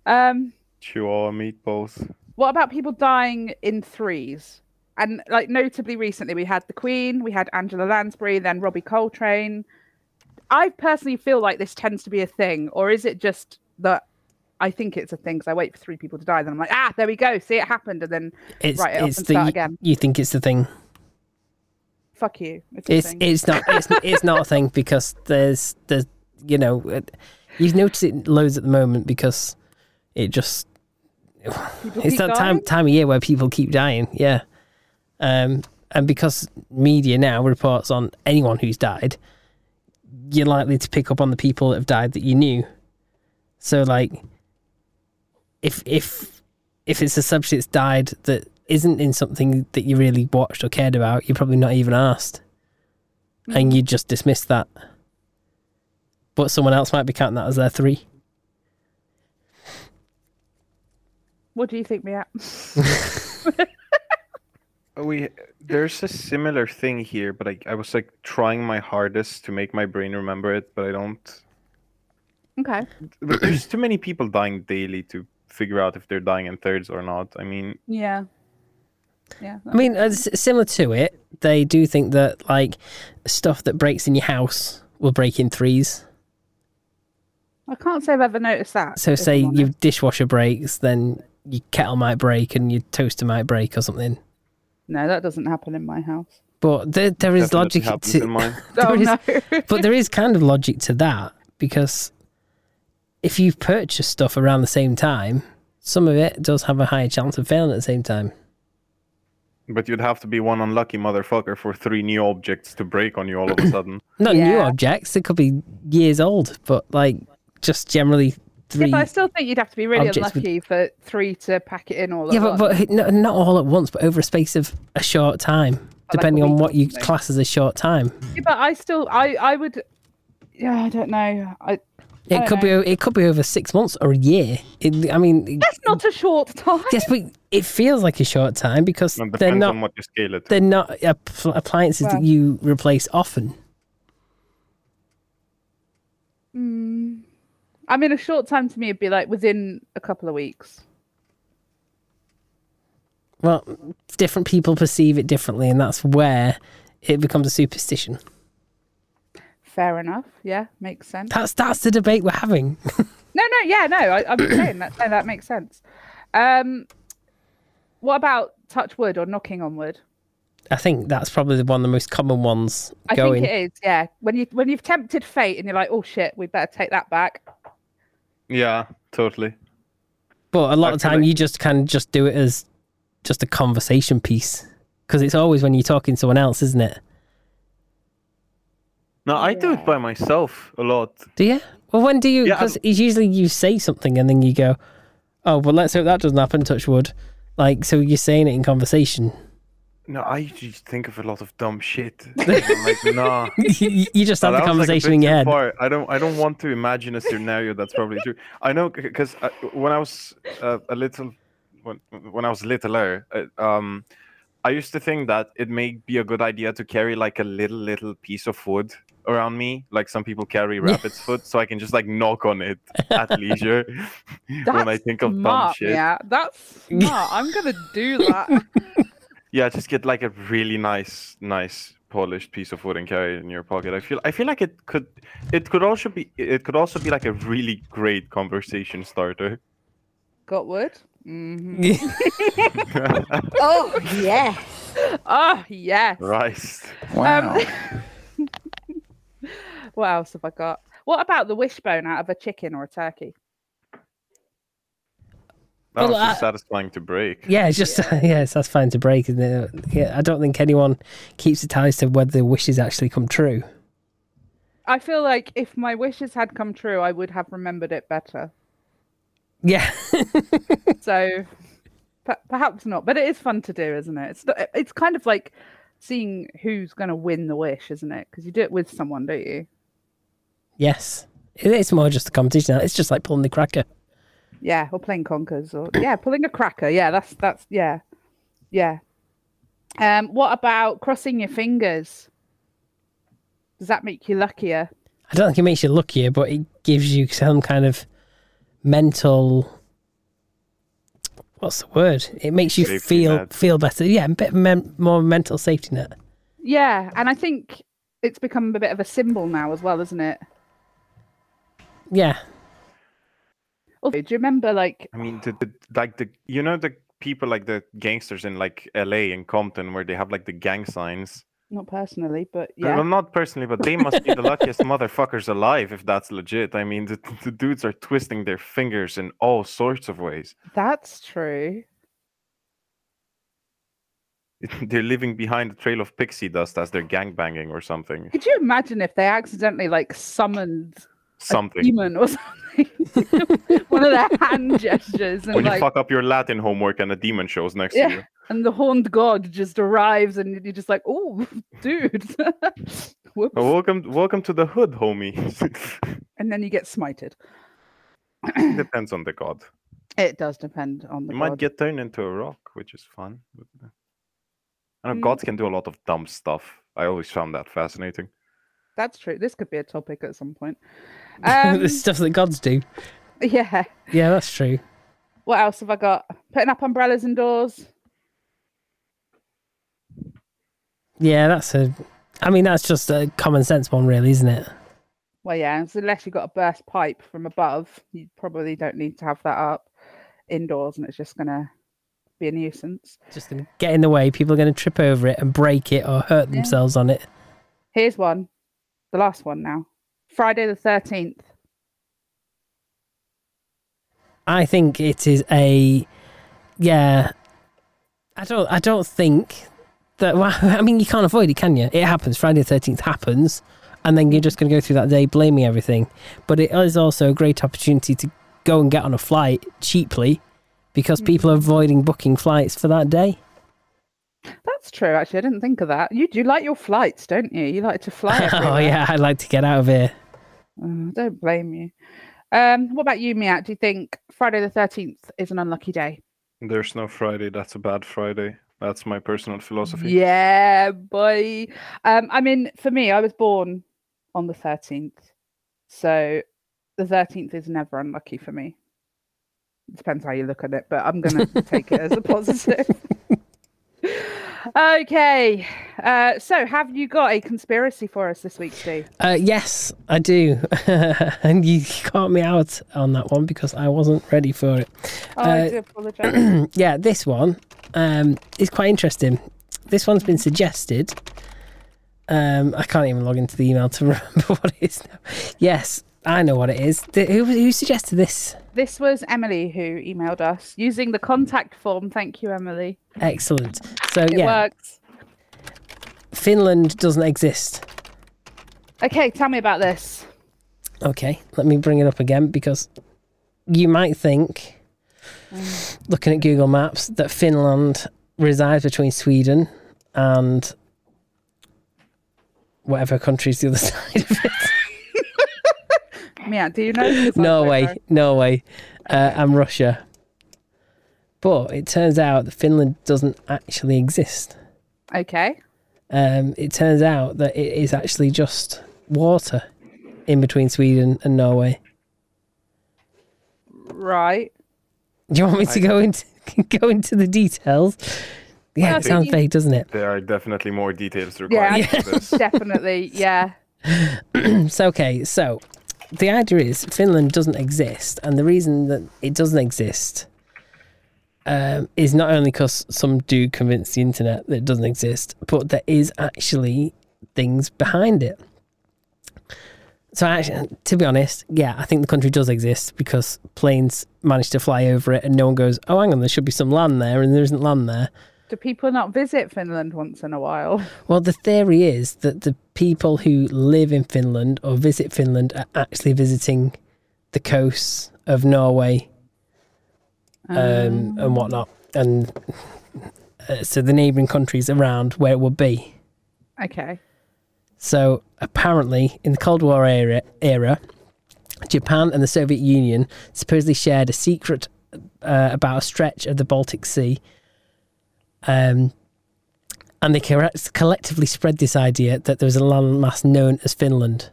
S2: um,
S4: Chihuahua meatballs.
S2: what about people dying in threes? And like notably recently, we had the Queen, we had Angela Lansbury, then Robbie Coltrane. I personally feel like this tends to be a thing, or is it just that? I think it's a thing because I wait for three people to die, then I'm like, ah, there we go, see it happened, and then
S1: It's
S2: Right, it
S1: it's
S2: often
S1: the
S2: start again.
S1: you think it's the thing.
S2: fuck you. It's a
S1: It's
S2: thing.
S1: it's not it's, it's not a thing because there's there's you know it, you've noticed it loads at the moment because it just it's
S2: keep
S1: that time
S2: dying?
S1: time of year where people keep dying yeah um and because media now reports on anyone who's died you're likely to pick up on the people that have died that you knew so like if if if it's a subject that's died that isn't in something that you really watched or cared about, you're probably not even asked,
S2: Mm.
S1: and you just dismiss that. But someone else might be counting that as their three.
S2: What do you think, Mia?
S4: we there's a similar thing here but I, I was like trying my hardest to make my brain remember it but i don't
S2: Okay.
S4: but there's too many people dying daily to figure out if they're dying in thirds or not i mean
S2: Yeah. Yeah.
S1: I mean, uh, s- similar to it, they do think that like stuff that breaks in your house will break in threes.
S2: I can't say I've ever noticed that.
S1: So
S2: if
S1: say
S2: I'm honest.
S1: your dishwasher breaks, then your kettle might break and your toaster might break or something.
S2: No, that doesn't happen in my house.
S1: But there, there is
S4: definitely
S1: logic
S4: happens
S1: to
S4: in mine.
S2: Oh,
S1: There is-
S2: no.
S1: but there is kind of logic to that because if you purchase stuff around the same time, some of it does have a higher chance of failing at the same time.
S4: but you'd have to be one unlucky motherfucker for three new objects to break on you all of a sudden
S1: Not new
S2: Yeah.
S1: objects; they could be years old, but like just generally
S2: Yeah,
S1: three.
S2: but I still think you'd have to be really
S1: objects would-
S2: unlucky for three to pack it in all at
S1: Yeah, but,
S2: once.
S1: but no, not all at once, but over a space of a short time,
S2: a
S1: depending on
S2: week
S1: what
S2: or
S1: you
S2: something.
S1: class as a short time.
S2: Yeah, but I still, I, I would, yeah, I don't know. I,
S1: It could be it could be over six months or a year. It, I mean, it-
S2: That's not a short time.
S1: yes, but it feels like a short time because
S4: It
S1: they're
S4: depends
S1: not
S4: on what you scale it. to.
S1: they're not app- appliances that
S2: Well.
S1: you replace often.
S2: I mean, a short time to me would be like within a couple of weeks.
S1: Well, different people perceive it differently, and that's where it becomes a superstition.
S2: Fair enough. Yeah, makes sense.
S1: That's that's the debate we're having.
S2: No, no, yeah, no. I, I'm saying that. No, that makes sense. Um, what about touch wood or knocking on wood?
S1: I think that's probably the one of the most common ones
S2: I
S1: going.
S2: think it is. Yeah, when you when you've tempted fate and you're like, oh shit, we better take that back.
S4: Yeah, totally.
S1: But a lot of
S4: I feel
S1: time,
S4: like-
S1: you just kind of just do it as just a conversation piece because it's always when you're talking to someone else, isn't it?
S4: No, I do it by myself a lot.
S1: Do you? Well, when do you?
S4: Yeah,
S1: Because
S4: I'm-
S1: it's usually you say something and then you go, "Oh, well, let's hope that doesn't happen." Touch wood. Like, so you're saying it in conversation.
S4: No, I just think of a lot of dumb shit. I'm like, nah.
S1: you you just have
S4: No,
S1: the
S4: that was, like, a
S1: conversation
S4: bit
S1: in
S4: too
S1: your head.
S4: far. I don't. I don't want to imagine a scenario that's probably true. I know because uh, when I was uh, a little, when when I was littler, uh, um, I used to think that it may be a good idea to carry like a little little piece of wood around me, like some people carry rabbit's foot, so I can just like knock on it at leisure when I
S2: That's
S4: think of dumb
S2: smart,
S4: shit.
S2: Yeah, that's smart. I'm gonna do that.
S4: Yeah, just get like a really nice, nice polished piece of wood and carry it in your pocket. I feel I feel like it could it could also be it could also be like a really great conversation starter.
S2: Got wood. hmm
S6: Oh, yeah.
S2: Oh yes.
S4: Rice.
S2: Wow. what else have I got? What about the wishbone out of a chicken or a turkey?
S4: That
S1: Well,
S4: was just
S1: I-
S4: satisfying to break.
S1: Yeah, it's just yes, that's fine to break, isn't it? Yeah, I don't think anyone keeps the ties to whether their wishes actually come true.
S2: I feel like if my wishes had come true, I would have remembered it better.
S1: Yeah,
S2: So per- perhaps not, but it is fun to do, isn't it? It's th- it's kind of like seeing who's going to win the wish, isn't it? Because you do it with someone, don't you?
S1: yes, It- it's more just a competition. It's just like pulling the cracker.
S2: Yeah, or playing conkers, or yeah, pulling a cracker. Yeah, that's that's yeah, yeah. Um, what about crossing your fingers? Does that make you luckier?
S1: I don't think it makes you luckier, but it gives you some kind of mental. What's the word? It makes you
S4: Safety
S1: feel
S4: net.
S1: feel better. Yeah, a bit men, more mental safety net.
S2: Yeah, and I think it's become a bit of a symbol now as well, isn't it?
S1: Yeah,
S2: Also, Oh, do you remember like
S4: I mean, the, the, like the you know the people like the gangsters in like L.A. and Compton where they have like the gang signs.
S2: not personally, but
S4: Yeah. Well,
S2: yeah,
S4: not personally, but they must be the luckiest motherfuckers alive if that's legit. I mean, the, the dudes are twisting their fingers in all sorts of ways.
S2: that's true.
S4: They're leaving behind a trail of pixie dust as they're gangbanging or something.
S2: Could you imagine if they accidentally like summoned a
S4: Something.
S2: demon or something? One of their hand gestures and
S4: When you
S2: like
S4: fuck up your Latin homework and a demon shows next to
S2: yeah,
S4: you.
S2: and the horned god just arrives and you're just like, oh, dude, whoops,
S4: "Oh, Welcome, welcome to the hood, homie.
S2: and then you get smited.
S4: Depends on the god.
S2: It does depend on the
S4: You
S2: god.
S4: might get turned into a rock, which is fun. but, uh, I know
S2: Mm.
S4: gods can do a lot of dumb stuff. I always found that fascinating.
S2: That's true. This could be a topic at some point. Um,
S1: the stuff that gods do.
S2: yeah.
S1: Yeah, that's true.
S2: What else have I got? Putting up umbrellas indoors.
S1: Yeah, that's a. I mean, that's just a common sense one, really, isn't it?
S2: Well, yeah, so unless you've got a burst pipe from above, you probably don't need to have that up indoors and it's just going to be a nuisance.
S1: Just gonna get in the way. People are gonna trip over it and break it or hurt themselves on it.
S2: Here's one, the last one now Friday the 13th.
S1: I think it is a yeah. I don't. I don't think that. Well, I mean, you can't avoid it, can you? It happens. Friday the thirteenth happens, and then you're just going to go through that day blaming everything. But it is also a great opportunity to go and get on a flight cheaply, because people are avoiding booking flights for that day.
S2: That's true, actually. I didn't think of that. You do like your flights, don't you? You like to fly.
S1: oh
S2: everywhere.
S1: yeah, I'd like to get out of here.
S2: Uh, don't blame you. Um, what about you, Miat? Do you think Friday the 13th is an unlucky day?
S4: There's no Friday. That's a bad Friday. That's my personal philosophy.
S2: Yeah, boy. Um, I mean, for me, I was born on the 13th. So the 13th is never unlucky for me. Depends how you look at it, but I'm going to take it as a positive. okay. Uh, so have you got a conspiracy for us this week, Steve?
S1: Uh, yes, I do. and you caught me out on that one because I wasn't ready for it.
S2: Oh, I
S1: Uh,
S2: do apologize.
S1: yeah, this one um, is quite interesting. This one's been suggested. Um, I can't even log into the email to remember what it is now. Yes, I know what it is. Th- who, who suggested this?
S2: this was Emily who emailed us using the contact form. Thank you, Emily.
S1: Excellent. So,
S2: It
S1: yeah,
S2: works.
S1: Finland doesn't exist.
S2: Okay, tell me about this.
S1: Okay, let me bring it up again because you might think,
S2: Mm.
S1: looking at Google Maps, that Finland resides between Sweden and whatever country's the other side of it.
S2: Miat, do you know? 'Cause I don't know.
S1: Norway, Norway, uh, and Russia. But it turns out that Finland doesn't actually exist.
S2: Okay.
S1: Um, it turns out that it is actually just water in between Sweden and Norway.
S2: Right.
S1: Do you want me to go into go into the details? Yeah,
S2: Well,
S1: it
S2: I
S1: sounds
S2: think-
S1: vague, doesn't it?
S4: There are definitely more details required for this.
S2: Definitely. Yeah.
S1: So okay, so the idea is Finland doesn't exist, and the reason that it doesn't exist um, is not only because some dude convinced the internet that it doesn't exist, but there is actually things behind it. So actually, to be honest, yeah, I think the country does exist because planes manage to fly over it, and no one goes, "Oh, hang on, there should be some land there," and there isn't land there.
S2: Do people not visit Finland once in a while?
S1: Well, the theory is that the people who live in Finland or visit Finland are actually visiting the coasts of Norway um, and whatnot, and uh, so the neighbouring countries around where it would be.
S2: Okay.
S1: So apparently, in the Cold War era, era Japan and the Soviet Union supposedly shared a secret uh, about a stretch of the Baltic Sea. Um, and they correct, collectively spread this idea that there was a landmass known as Finland.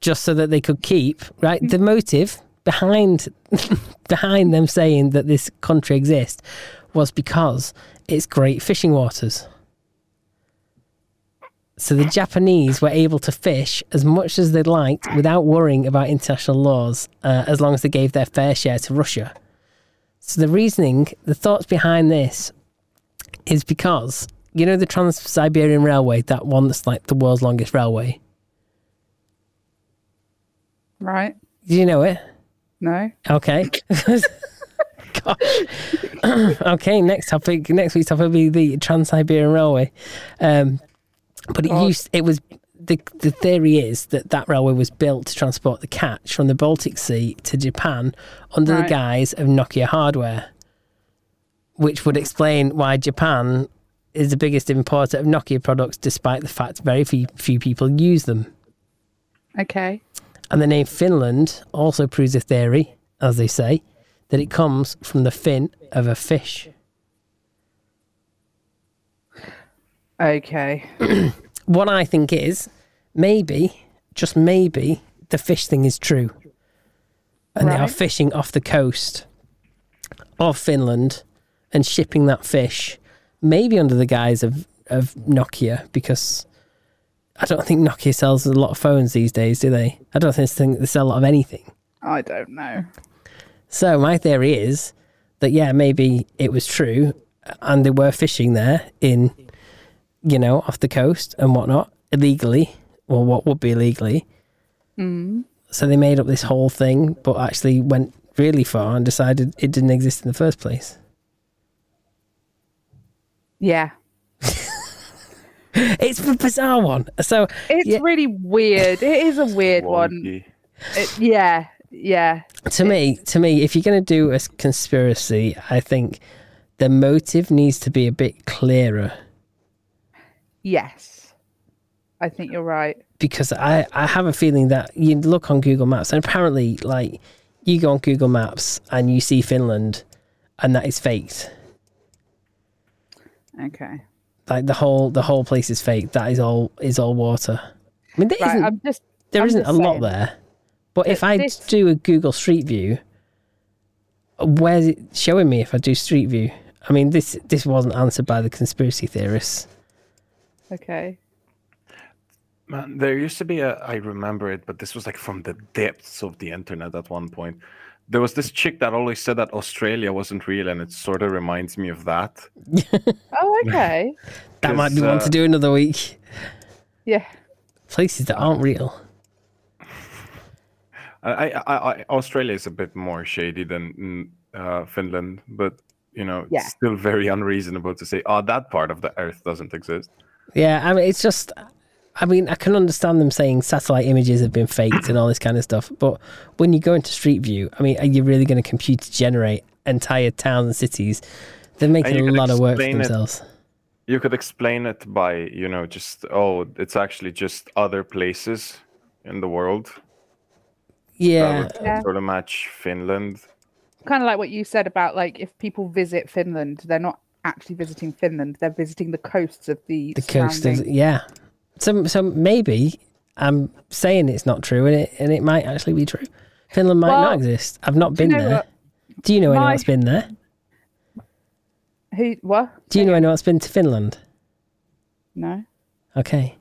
S1: Just so that they could keep, right? The motive behind behind them saying that this country exists was because it's great fishing waters. So the Japanese were able to fish as much as they liked without worrying about international laws, uh, as long as they gave their fair share to Russia. So the reasoning, the thoughts behind this, is because you know the Trans-Siberian Railway, that one that's like the world's longest railway.
S2: Right.
S1: Do you know it?
S2: No.
S1: Okay. Gosh. okay, next topic. Next week's topic will be the Trans Siberian Railway. Um, but it
S2: God.
S1: used. It was the the theory is that that railway was built to transport the catch from the Baltic Sea to Japan under the
S2: Right.
S1: guise of Nokia hardware, which would explain why Japan is the biggest importer of Nokia products, despite the fact very few few people use them.
S2: Okay.
S1: And the name Finland also proves a theory, as they say, that it comes from the fin of a fish.
S2: Okay.
S1: What I think is maybe, just maybe, the fish thing is true. And they are
S2: Right.
S1: fishing off the coast of Finland and shipping that fish, maybe under the guise of, of Nokia, because I don't think Nokia sells a lot of phones these days, do they? I don't think they sell a lot of anything.
S2: I don't know.
S1: So my theory is that yeah, maybe it was true, and they were fishing there in, you know, off the coast and whatnot illegally, or what would be illegally. Mm. So they made up this whole thing, but actually went really far and decided it didn't exist in the first place.
S2: Yeah.
S1: It's a bizarre one. So
S2: It's
S1: Yeah.
S2: really weird. It is a weird one.
S4: Wonky.
S2: It- yeah. Yeah.
S1: to me, to me, if you're going to do a s- conspiracy, I think the motive needs to be a bit clearer.
S2: Yes. I think you're right.
S1: because I, I have a feeling that you look on Google Maps and apparently like you go on Google Maps and you see Finland and that is faked.
S2: Okay.
S1: Like the whole the whole place is fake. That is all is all water. I mean there
S2: Right.
S1: not
S2: I'm just.
S1: there
S2: I'm
S1: isn't a
S2: just
S1: lot
S2: saying.
S1: there. But if I
S2: this-
S1: do a Google Street View, where's it showing me if I do Street View? I mean this this wasn't answered by the conspiracy theorists.
S2: Okay.
S4: Man, there used to be a, I remember it, but this was like from the depths of the internet at one point. There was this chick that always said that Australia wasn't real, and it sort of reminds me of that.
S2: Oh, okay.
S1: That might be
S4: 'Cause,
S1: one
S4: uh,
S1: to do another week.
S2: yeah.
S1: Places that aren't real.
S4: I, I, I, I- Australia is a bit more shady than mm, uh, Finland, but you know,
S2: Yeah.
S4: it's still very unreasonable to say, oh, that part of the earth doesn't exist.
S1: Yeah, I mean, it's just, I mean, I can understand them saying satellite images have been faked and all this kind of stuff, but when you go into Street View, I mean, are you really going to computer generate entire towns and cities? They're making
S4: you
S1: a
S4: can
S1: lot of work for
S4: explain it.
S1: themselves.
S4: You could explain it by, you know, just, oh, it's actually just other places in the world that
S1: Yeah,
S4: would
S2: Yeah.
S4: sort of match Finland.
S2: Kind of like what you said about like if people visit Finland, they're not actually visiting Finland; they're visiting the coasts of the
S1: the coast is,
S2: surrounding-
S1: yeah. So, so maybe I'm saying it's not true, and it and it might actually be true. Finland might
S2: Well,
S1: not exist. I've not been
S2: know
S1: there.
S2: what?
S1: Do you know anyone
S2: My-
S1: that's been there?
S2: Who? What?
S1: Do you know anyone that's been to Finland?
S2: No.
S1: Okay.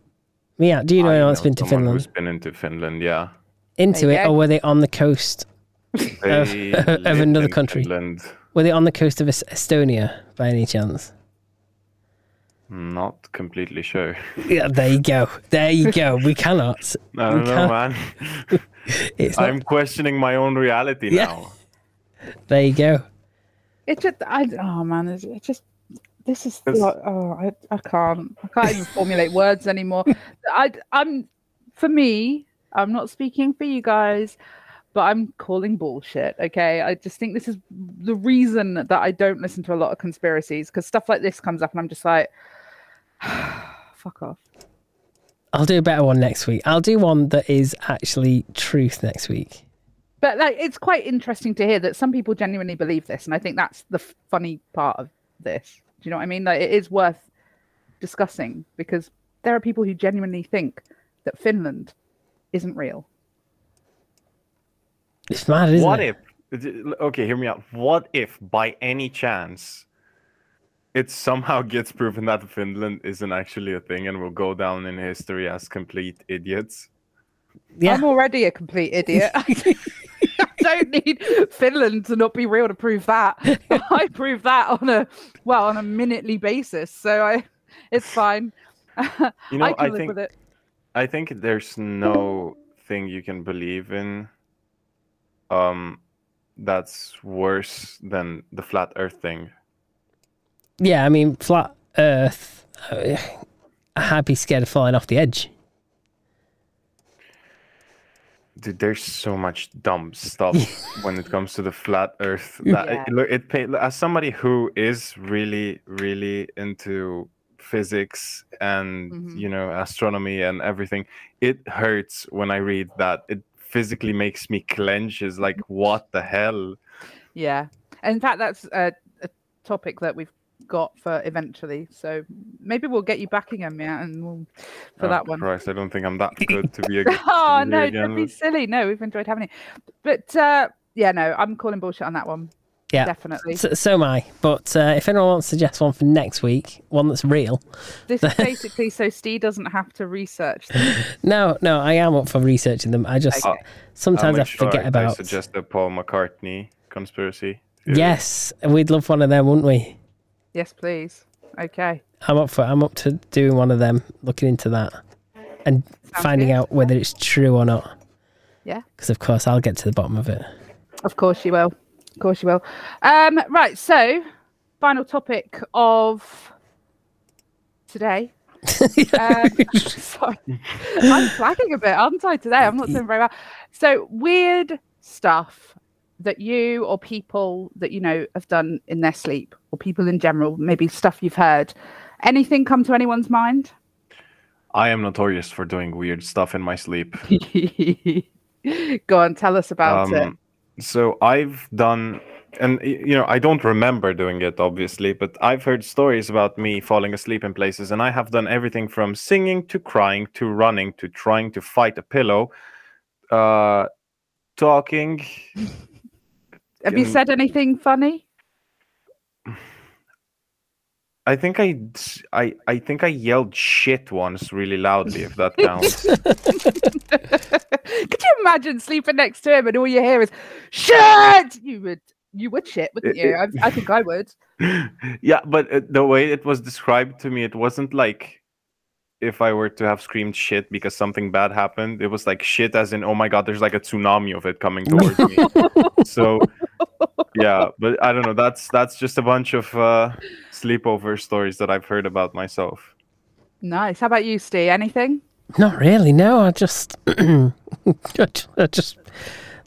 S1: Mia, do you know
S4: I
S1: anyone that's
S4: know
S1: been to
S4: someone
S1: Finland?
S4: Who's been into Finland, yeah.
S1: into
S2: There you
S1: it,
S2: go.
S1: or were they on the coast? Of-
S4: They
S1: of
S4: lived
S1: another
S4: in
S1: country.
S4: Finland.
S1: Were they on the coast of Es- Estonia by any chance?
S4: Not completely sure.
S1: Yeah, there you go. There you go. We cannot.
S4: I don't know,
S1: can't-
S4: man.
S1: It's not,
S4: I'm questioning my own reality
S1: Yeah.
S4: now.
S1: there you go.
S2: It just. I. Oh man. It's, it just. This is.
S4: It's-
S2: like, oh, I, I can't. I can't even formulate words anymore. I. I'm. For me, I'm not speaking for you guys. But I'm calling bullshit, okay? I just think this is the reason that I don't listen to a lot of conspiracies because stuff like this comes up and I'm just like, fuck off.
S1: I'll do a better one next week. I'll do one that is actually truth next week.
S2: but like it's quite interesting to hear that some people genuinely believe this and i think that's the f- funny part of this do you know what i mean like it is worth discussing because there are people who genuinely think that finland isn't real
S1: It's mad, isn't
S4: what
S1: it?
S4: if d- l- okay hear me out what if by any chance it somehow gets proven that finland isn't actually a thing and will go down in history as complete idiots
S1: Yeah.
S2: i'm already a complete idiot i don't need finland to not be real to prove that i prove that on a well on a minutely basis so i it's fine
S4: you know
S2: i
S4: i,
S2: can live
S4: think
S2: with it
S4: i think there's no thing you can believe in um that's worse than the flat earth thing
S1: Yeah, I mean, flat Earth. uh, I'd be scared of falling off the edge.
S4: Dude, there's so much dumb stuff when it comes to the flat Earth. That
S2: Yeah.
S4: it, look, it pay, look, as somebody who is really, really into physics and
S2: Mhm.
S4: you know astronomy and everything, it hurts when I read that. It physically makes me clench. Is like, what the hell?
S2: Yeah. In fact, that's a, a topic that we've got for eventually. So maybe we'll get you back again, yeah, and we'll, for
S4: Oh,
S2: that one.
S4: Christ, I don't think I'm that good to be a.
S2: Oh
S4: to be
S2: no,
S4: again,
S2: don't be
S4: but-
S2: silly. No, we've enjoyed having it. But uh, yeah, no, I'm calling bullshit on that one.
S1: Yeah.
S2: definitely.
S1: So, so am I. But uh, if anyone wants to suggest one for next week, one that's real.
S2: This is basically so Steve doesn't have to research. Them.
S1: No, no, I am up for researching them. I just
S4: Okay. I'll
S1: sometimes I
S4: make sure
S1: forget
S4: I
S1: about.
S4: suggest the Paul McCartney conspiracy. theory.
S1: Yes, we'd love one of them, wouldn't we?
S2: Yes, please. Okay.
S1: I'm up for. I'm up to doing one of them, looking into that, and finding
S2: good.
S1: out whether it's true or not.
S2: Yeah.
S1: Because of course I'll get to the bottom of it.
S2: Of course you will. Of course you will. Um, right, so final topic of today. um, sorry, I'm flagging a bit, aren't I? Today, I'm not doing very well. So weird stuff that you or people that you know have done in their sleep, or people in general, maybe stuff you've heard. Anything come to anyone's mind?
S4: I am notorious for doing weird stuff in my sleep.
S2: Go on, tell us about it.
S4: Um, so I've done, and y- you know, I don't remember doing it obviously, but I've heard stories about me falling asleep in places, and I have done everything from singing to crying to running to trying to fight a pillow, uh, talking.
S2: Have you
S4: um,
S2: said anything funny?
S4: I think I, d- I, I think I yelled shit once really loudly, if that counts.
S2: Could you imagine sleeping next to him and all you hear is shit? You would, you would shit, wouldn't
S4: It-
S2: you? I, I think I would.
S4: yeah, but uh, the way it was described to me, it wasn't like if I were to have screamed shit because something bad happened. It was like shit, as in, oh my god, there's like a tsunami of it coming towards me. so, yeah, but I don't know. That's that's just a bunch of uh, sleepover stories that I've heard about myself.
S2: Nice. How about you, Steve? Anything?
S1: Not really. No, I just, I ju- I just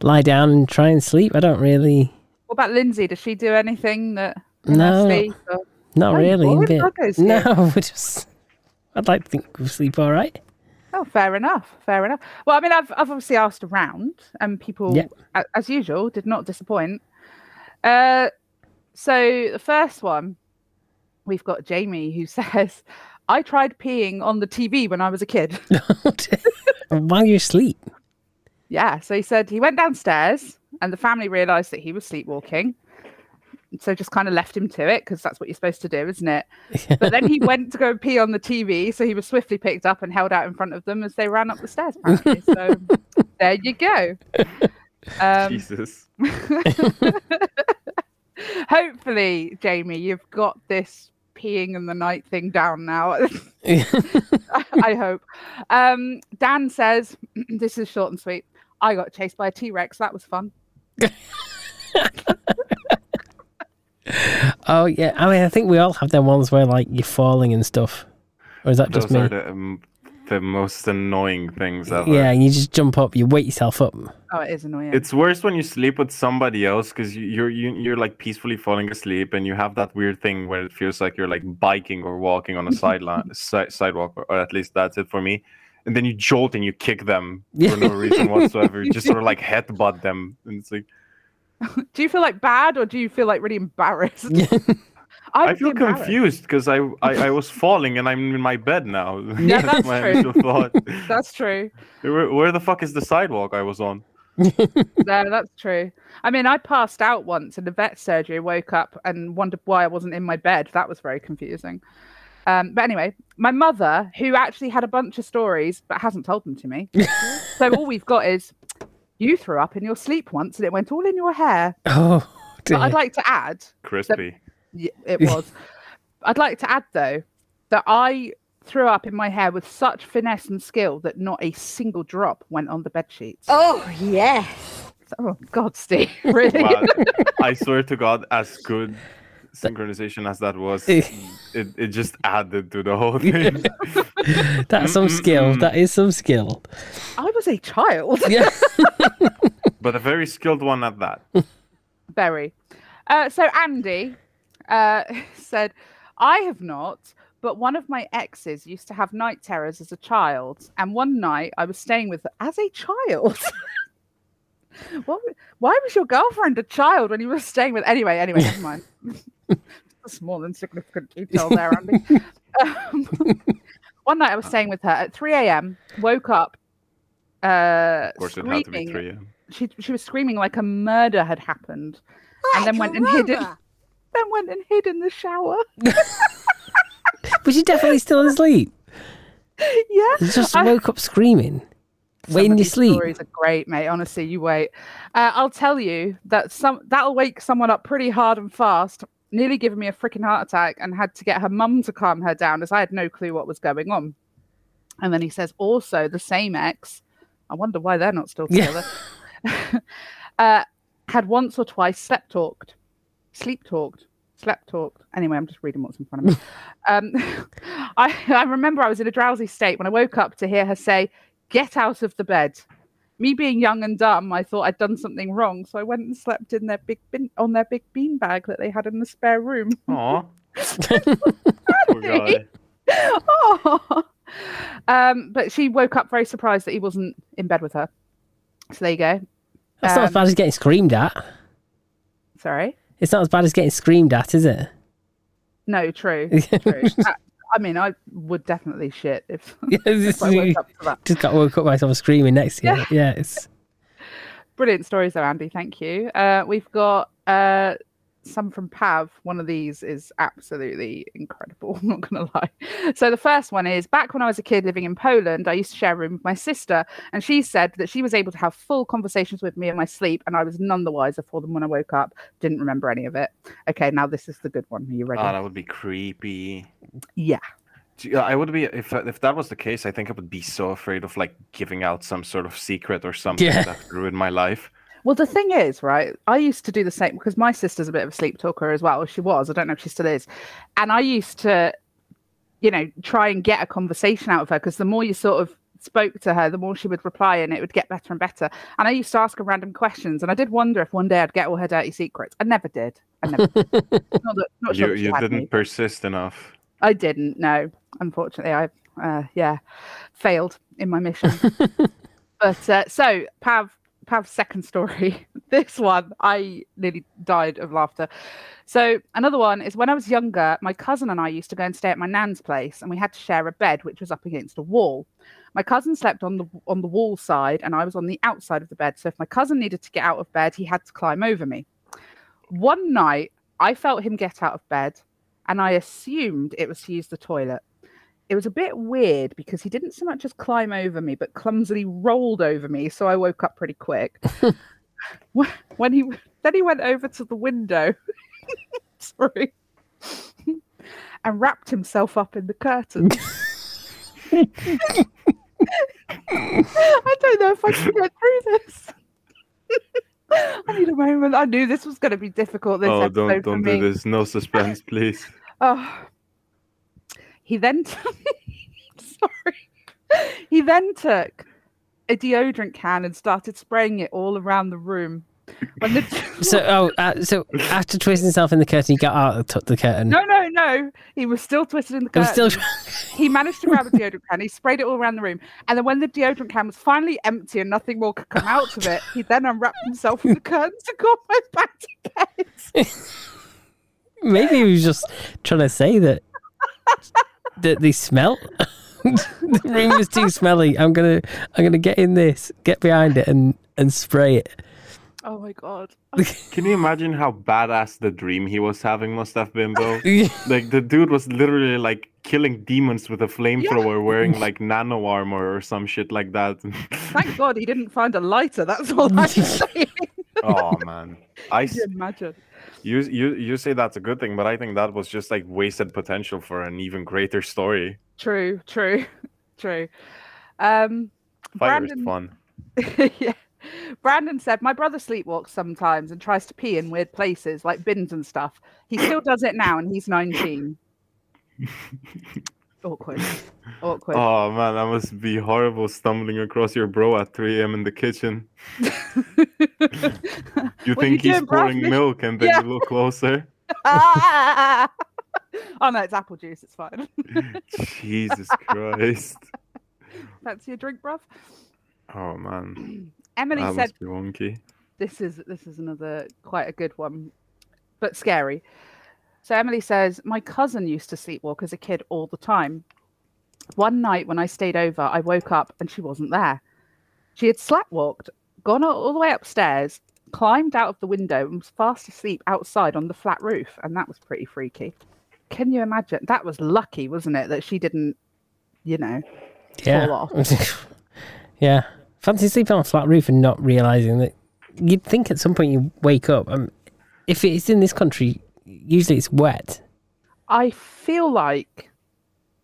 S1: lie down and try and sleep. I don't really.
S2: What about Lindsay? Does she do anything that?
S1: No.
S2: Steve, or-
S1: Not
S2: Oh, you
S1: really.
S2: bored?
S1: but-
S2: Okay, so-
S1: no, we just. I'd like to think we sleep all right.
S2: Oh, fair enough. Fair enough. Well, I mean, I've I've obviously asked around, and people,
S1: Yeah.
S2: a- as usual, did not disappoint. Uh, so the first one, we've got Jamie who says, "I tried peeing on the TV when I was a kid."
S1: While you sleep,
S2: yeah. So he said he went downstairs, and the family realised that he was sleepwalking, so just kind of left him to it because that's what you're supposed to do, isn't it? But then he went to go and pee on the TV, so he was swiftly picked up and held out in front of them as they ran up the stairs. Apparently. So there you go. Um,
S4: Jesus.
S2: hopefully, Jamie, you've got this peeing in the night thing down now. I hope. Um, Dan says, "This is short and sweet." I got chased by a T Rex. That was fun.
S1: oh yeah. I mean, I think we all have them ones where like you're falling and stuff, or is that just
S4: Those
S1: me?
S4: are the, um, the most annoying things ever.
S1: Yeah, and you just jump up, you wake yourself up.
S2: Oh, it is annoying.
S4: It's worse when you sleep with somebody else because you're you, you're like peacefully falling asleep and you have that weird thing where it feels like you're like biking or walking on a sideline si- sidewalk or, or at least that's it for me. And then you jolt and you kick them for no reason whatsoever. You just sort of like headbutt them and it's like
S2: do you feel like bad or do you feel like really embarrassed?
S1: Yeah.
S2: I'd
S4: I
S2: be
S4: feel
S2: embarrassed.
S4: confused because I, I I was falling and I'm in my bed now.
S2: Yeah, that's
S4: my
S2: true.
S4: initial thought.
S2: That's true.
S4: where, where the fuck is the sidewalk I was on?
S2: No, that's true. I mean, I passed out once in the vet surgery, woke up and wondered why I wasn't in my bed. That was very confusing. Um, but anyway, my mother, who actually had a bunch of stories but hasn't told them to me. so all we've got is you threw up in your sleep once and it went all in your hair.
S1: Oh dear.
S2: But I'd like to add
S4: Crispy.
S2: Y- it was. I'd like to add though that I threw up in my hair with such finesse and skill that not a single drop went on the bed sheets. Oh,
S6: Oh, yes.
S2: God, Steve, really?
S4: Wow. I swear to God, as good synchronization as that was, it, it just added to the whole thing.
S1: That's some skill. That is some skill.
S2: I was a child.
S1: Yeah.
S4: but a very skilled one at that.
S2: Very. Uh, so Andy uh, said, I have not, but one of my exes used to have night terrors as a child. And one night I was staying with as a child. what, w- why was your girlfriend a child when you were staying with? Anyway, anyway, never mind. That's more than significant detail there, Andy. Um, one night I was staying with her at 3 a.m., woke up. Uh,
S4: Of course, it had to be
S2: screaming.
S4: three. a.m.
S2: She, she was screaming like a murder had happened And then went and hid it. then went and hid in the shower.
S1: Was she definitely still asleep?
S2: yeah.
S1: You just
S2: I-
S1: woke up screaming. Wait in your
S2: these
S1: sleep.
S2: Stories are great, mate. Honestly, you wait. Uh, I'll tell you that some that'll wake someone up pretty hard and fast. Nearly giving me a freaking heart attack, and had to get her mum to calm her down as I had no clue what was going on. And then he says, also the same ex. I wonder why they're not still
S1: Yeah.
S2: together. uh, had once or twice slept talked, sleep talked, slept talked. Anyway, I'm just reading what's in front of me. um, I, I remember I was in a drowsy state when I woke up to hear her say, "Get out of the bed." Me being young and dumb, I thought I'd done something wrong, so I went and slept in their big bin- on their big bean bag that they had in the spare room.
S4: Aw. Poor guy.
S2: Oh. Um, but she woke up very surprised that he wasn't in bed with her. So there you go.
S1: That's
S2: Um,
S1: not as bad as getting screamed at.
S2: Sorry.
S1: It's not as bad as getting screamed at, is it?
S2: No, true. true. I, I mean, I would definitely shit if, if I woke up to that.
S1: Just got woke up by someone screaming next to you. Yeah, it's
S2: Brilliant stories, though, Andy. Thank you. Uh, we've got uh, some from Pav. One of these is absolutely incredible. I'm not going to lie. So, the first one is back when I was a kid living in Poland, I used to share a room with my sister, and she said that she was able to have full conversations with me in my sleep, and I was none the wiser for them when I woke up. Didn't remember any of it. Okay, now this is the good one. Are you ready?
S4: Ah, that would be creepy.
S2: yeah.
S4: Gee, I would be if uh, if that was the case. I think I would be so afraid of like giving out some sort of secret or something
S1: Yeah.
S4: that would ruin my life.
S2: Well, the thing is, right? I used to do the same because my sister's a bit of a sleep talker as well. She was. I don't know if she still is. And I used to, you know, try and get a conversation out of her because the more you sort of spoke to her, the more she would reply and it would get better and better. And I used to ask her random questions. And I did wonder if one day I'd get all her dirty secrets. I never did. I never did. not that, not sure
S4: you
S2: that she
S4: you
S2: had
S4: didn't
S2: me.
S4: persist enough.
S2: I didn't. No, unfortunately, I uh, yeah failed in my mission. but uh, so Pav Pav's second story. This one I nearly died of laughter. So another one is when I was younger, my cousin and I used to go and stay at my nan's place, and we had to share a bed which was up against a wall. My cousin slept on the on the wall side, and I was on the outside of the bed. So if my cousin needed to get out of bed, he had to climb over me. One night, I felt him get out of bed and I assumed it was to use the toilet. It was a bit weird because he didn't so much as climb over me, but clumsily rolled over me, so I woke up pretty quick. Wh- when he then he went over to the window, sorry, and wrapped himself up in the curtain. I don't know if I can get through this. I need a moment. I knew this was going to be difficult. This
S4: oh,
S2: episode
S4: don't
S2: for
S4: don't
S2: me.
S4: do this. No suspense, please.
S2: Oh. He then sorry. He then took a deodorant can and started spraying it all around the room. When the
S1: so. Oh, uh, so after twisting himself in the curtain, he got out and took the curtain.
S2: No, uh, no, no. He was still twisted in the
S1: It was
S2: curtain.
S1: still
S2: He managed to grab a deodorant can. He sprayed it all around the room. And then when the deodorant can was finally empty and nothing more could come out of it, he then unwrapped himself from the curtains and got back to bed.
S1: maybe he was just trying to say that that they smell. the room was too smelly. I'm gonna I'm gonna get in this, get behind it, and and spray it.
S2: Oh my god.
S4: Can you imagine how badass the dream he was having must have been, though? like the dude was literally like killing demons with a flamethrower, wearing like nano armor or some shit like that.
S2: Thank God he didn't find a lighter. That's all I'm saying.
S4: oh man, I s-
S2: Imagine.
S4: you you you say that's a good thing, but I think that was just like wasted potential for an even greater story.
S2: True, true, true. Um,
S4: Fire is
S2: Brandon-
S4: fun.
S2: yeah. Brandon said, My brother sleepwalks sometimes and tries to pee in weird places like bins and stuff. He still does it now and he's 19. Awkward. Awkward.
S4: Oh man, that must be horrible stumbling across your bro at 3 a.m. in the kitchen. You
S2: What are you
S4: think he's
S2: doing, bruv?
S4: pouring milk, and then
S2: Yeah.
S4: you look closer.
S2: Ah! oh, no, it's apple juice. It's fine.
S4: Jesus Christ.
S2: Fancy a drink, bruv.
S4: Oh man,
S2: Emily
S4: that
S2: said,
S4: must be Ah, wonky.
S2: this is this is another quite a good one but scary so emily says my cousin used to sleepwalk as a kid all the time one night when i stayed over i woke up and she wasn't there she had slapwalked gone all- all the way upstairs climbed out of the window and was fast asleep outside on the flat roof and that was pretty freaky can you imagine that was lucky wasn't it that she didn't you know
S1: Yeah.
S2: Fall
S1: yeah. Fancy sleeping on a flat roof and not realizing that you'd think at some point you wake up. Um, if it's in this country, usually it's wet.
S2: i feel like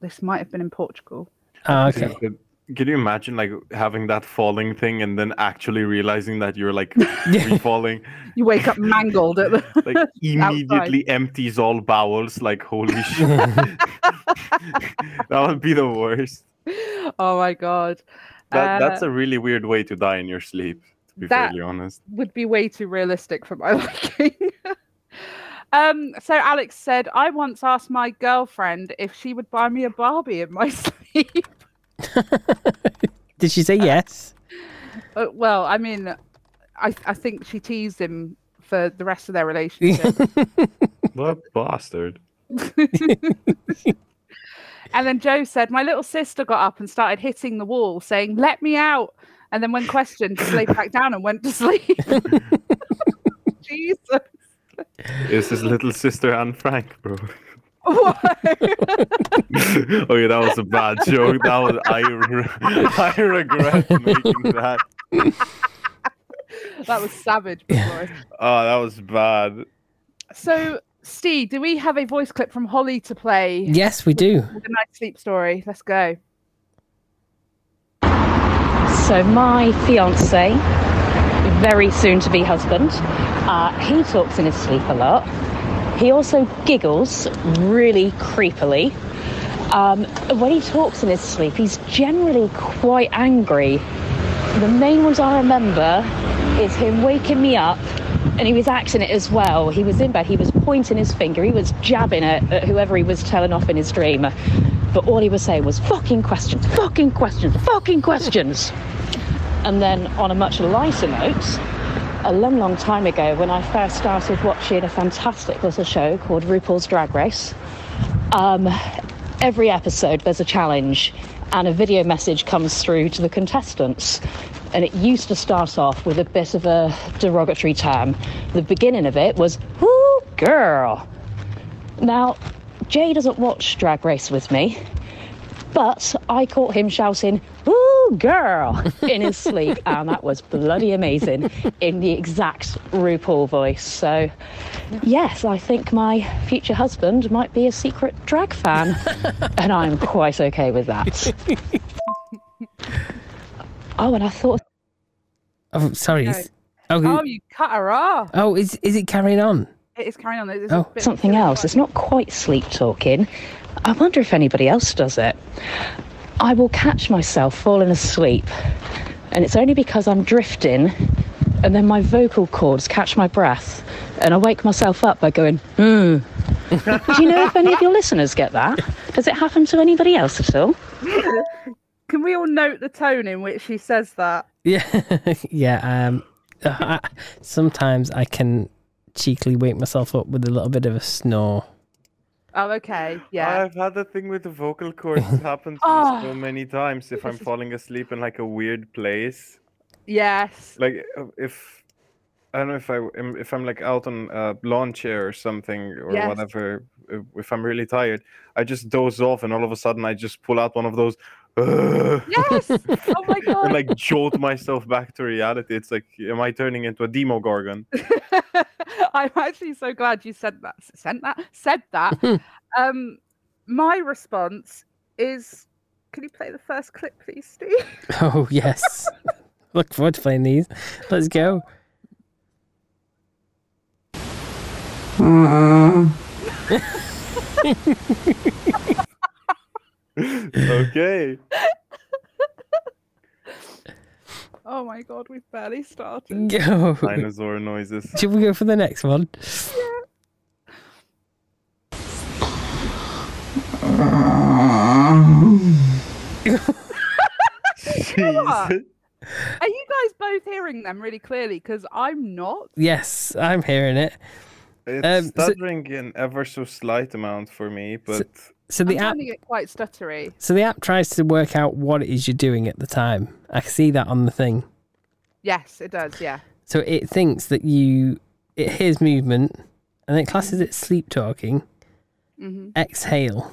S2: this might have been in portugal
S1: Ah, okay.
S4: But Can you imagine like having that falling thing and then actually realizing that you're like re-falling?
S2: you wake up mangled at the
S4: Like immediately empties all bowels. Like holy shit, that would be the worst.
S2: Oh my god.
S4: That, that's
S2: Uh,
S4: a really weird way to die in your sleep. To be
S2: that-
S4: fairly honest.
S2: would be way too realistic for my liking. um so Alex said I once asked my girlfriend if she would buy me a Barbie in my sleep.
S1: Did she say yes?
S2: Uh, well, I mean, I I think she teased him for the rest of their relationship,
S4: What bastard.
S2: and then Joe said, "My little sister got up and started hitting the wall, saying, "Let me out!" And then when questioned, just laid back down and went to sleep. Jesus.
S4: Is his little sister Anne Frank, bro?
S2: What?
S4: okay, that was a bad joke. That was I, re- I regret making that.
S2: that was savage. Before.
S4: Oh, that was bad.
S2: So, Steve, do we have a voice clip from Holly to play
S1: Yes, we do.
S2: with a nice sleep story? Let's go.
S5: So my fiance, very soon to be husband, uh, he talks in his sleep a lot. He also giggles really creepily. Um, when he talks in his sleep, he's generally quite angry. The main ones I remember is him waking me up, and he was acting it as well. He was in bed, he was pointing his finger, he was jabbing it at whoever he was telling off in his dream. But all he was saying was fucking questions, fucking questions, fucking questions. And then on a much lighter note, a long, long time ago, when I first started watching a fantastic little show called RuPaul's Drag Race, um, every episode there's a challenge and a video message comes through to the contestants. And it used to start off with a bit of a derogatory term. The beginning of it was, whoo, girl. Now, Jay doesn't watch Drag Race with me, but I caught him shouting, Ooh, girl, in his sleep, and that was bloody amazing in the exact RuPaul voice. So, yes, I think my future husband might be a secret drag fan, and I'm quite okay with that. oh, and I thought
S1: Oh, sorry. it's-
S2: Oh,
S1: Oh,
S2: you cut her off.
S1: oh, is is it carrying on?
S2: It is carrying on. It's
S1: Oh.
S5: something else. It's not quite sleep talking. I wonder if anybody else does it. I will catch myself falling asleep, and it's only because I'm drifting, and then my vocal cords catch my breath, and I wake myself up by going, hmm. Do you know if any of your listeners get that? Does it happen to anybody else at all?
S2: Can we all note the tone in which she says that?
S1: Yeah, yeah. Um, I, sometimes I can cheekily wake myself up with a little bit of a snore.
S2: Oh, okay. Yeah.
S4: I've had the thing with the vocal cords happen to
S2: Ah.
S4: me so many times. If I'm falling asleep in like a weird place,
S2: yes.
S4: like uh, if I don't know if I w- am- if I'm like out on a lawn chair or something or
S2: Yes.
S4: whatever. uh, If I'm really tired, I just doze off, and all of a sudden I just pull out one of those.
S2: yes. Oh my
S4: and
S2: god.
S4: like jolt myself back to reality. It's like, am I turning into a demo gorgon?
S2: I'm actually so glad you said that. Sent that. Said that. um, my response is. Can you play the first clip, please, Steve?
S1: Oh yes. Look forward to playing these. Let's go.
S4: okay.
S2: Oh my god, we've barely started.
S1: Go.
S4: Dinosaur noises.
S1: Should we go for the next one?
S4: Jesus.
S2: Are you guys both hearing them really clearly? Because I'm not.
S1: Yes, I'm hearing it.
S4: It's
S1: Um, so-
S4: stuttering in ever so slight amount for me, but
S1: So
S2: I'm
S1: the app,
S2: finding it quite stuttery.
S1: so the app tries to work out what it is you're doing at the time. I can see that on the thing.
S2: Yes, it does. Yeah.
S1: So it thinks that you it hears movement and it classes it sleep talking.
S2: Mm-hmm.
S1: Exhale.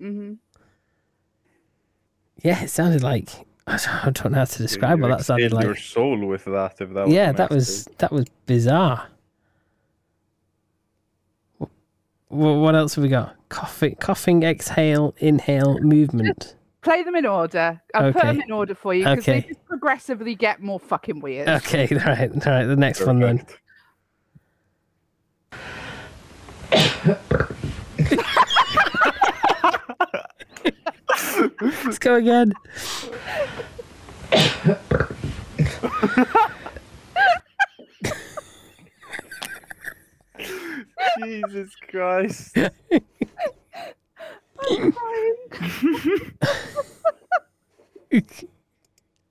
S2: Mm-hmm.
S1: Yeah, it sounded like I don't- I don't know how to describe
S4: you
S1: what that sounded
S4: exhaled
S1: like.
S4: your soul with that. If that
S1: yeah,
S4: was
S1: that was that was bizarre. Well, what else have we got? Coughing, coughing, exhale, inhale, movement.
S2: Play them in order. I've put them
S1: Okay.
S2: in order for you because
S1: Okay.
S2: they just progressively get more fucking weird.
S1: Okay, all right, all right. The next one then. Let's go again.
S4: Jesus Christ.
S2: Fine.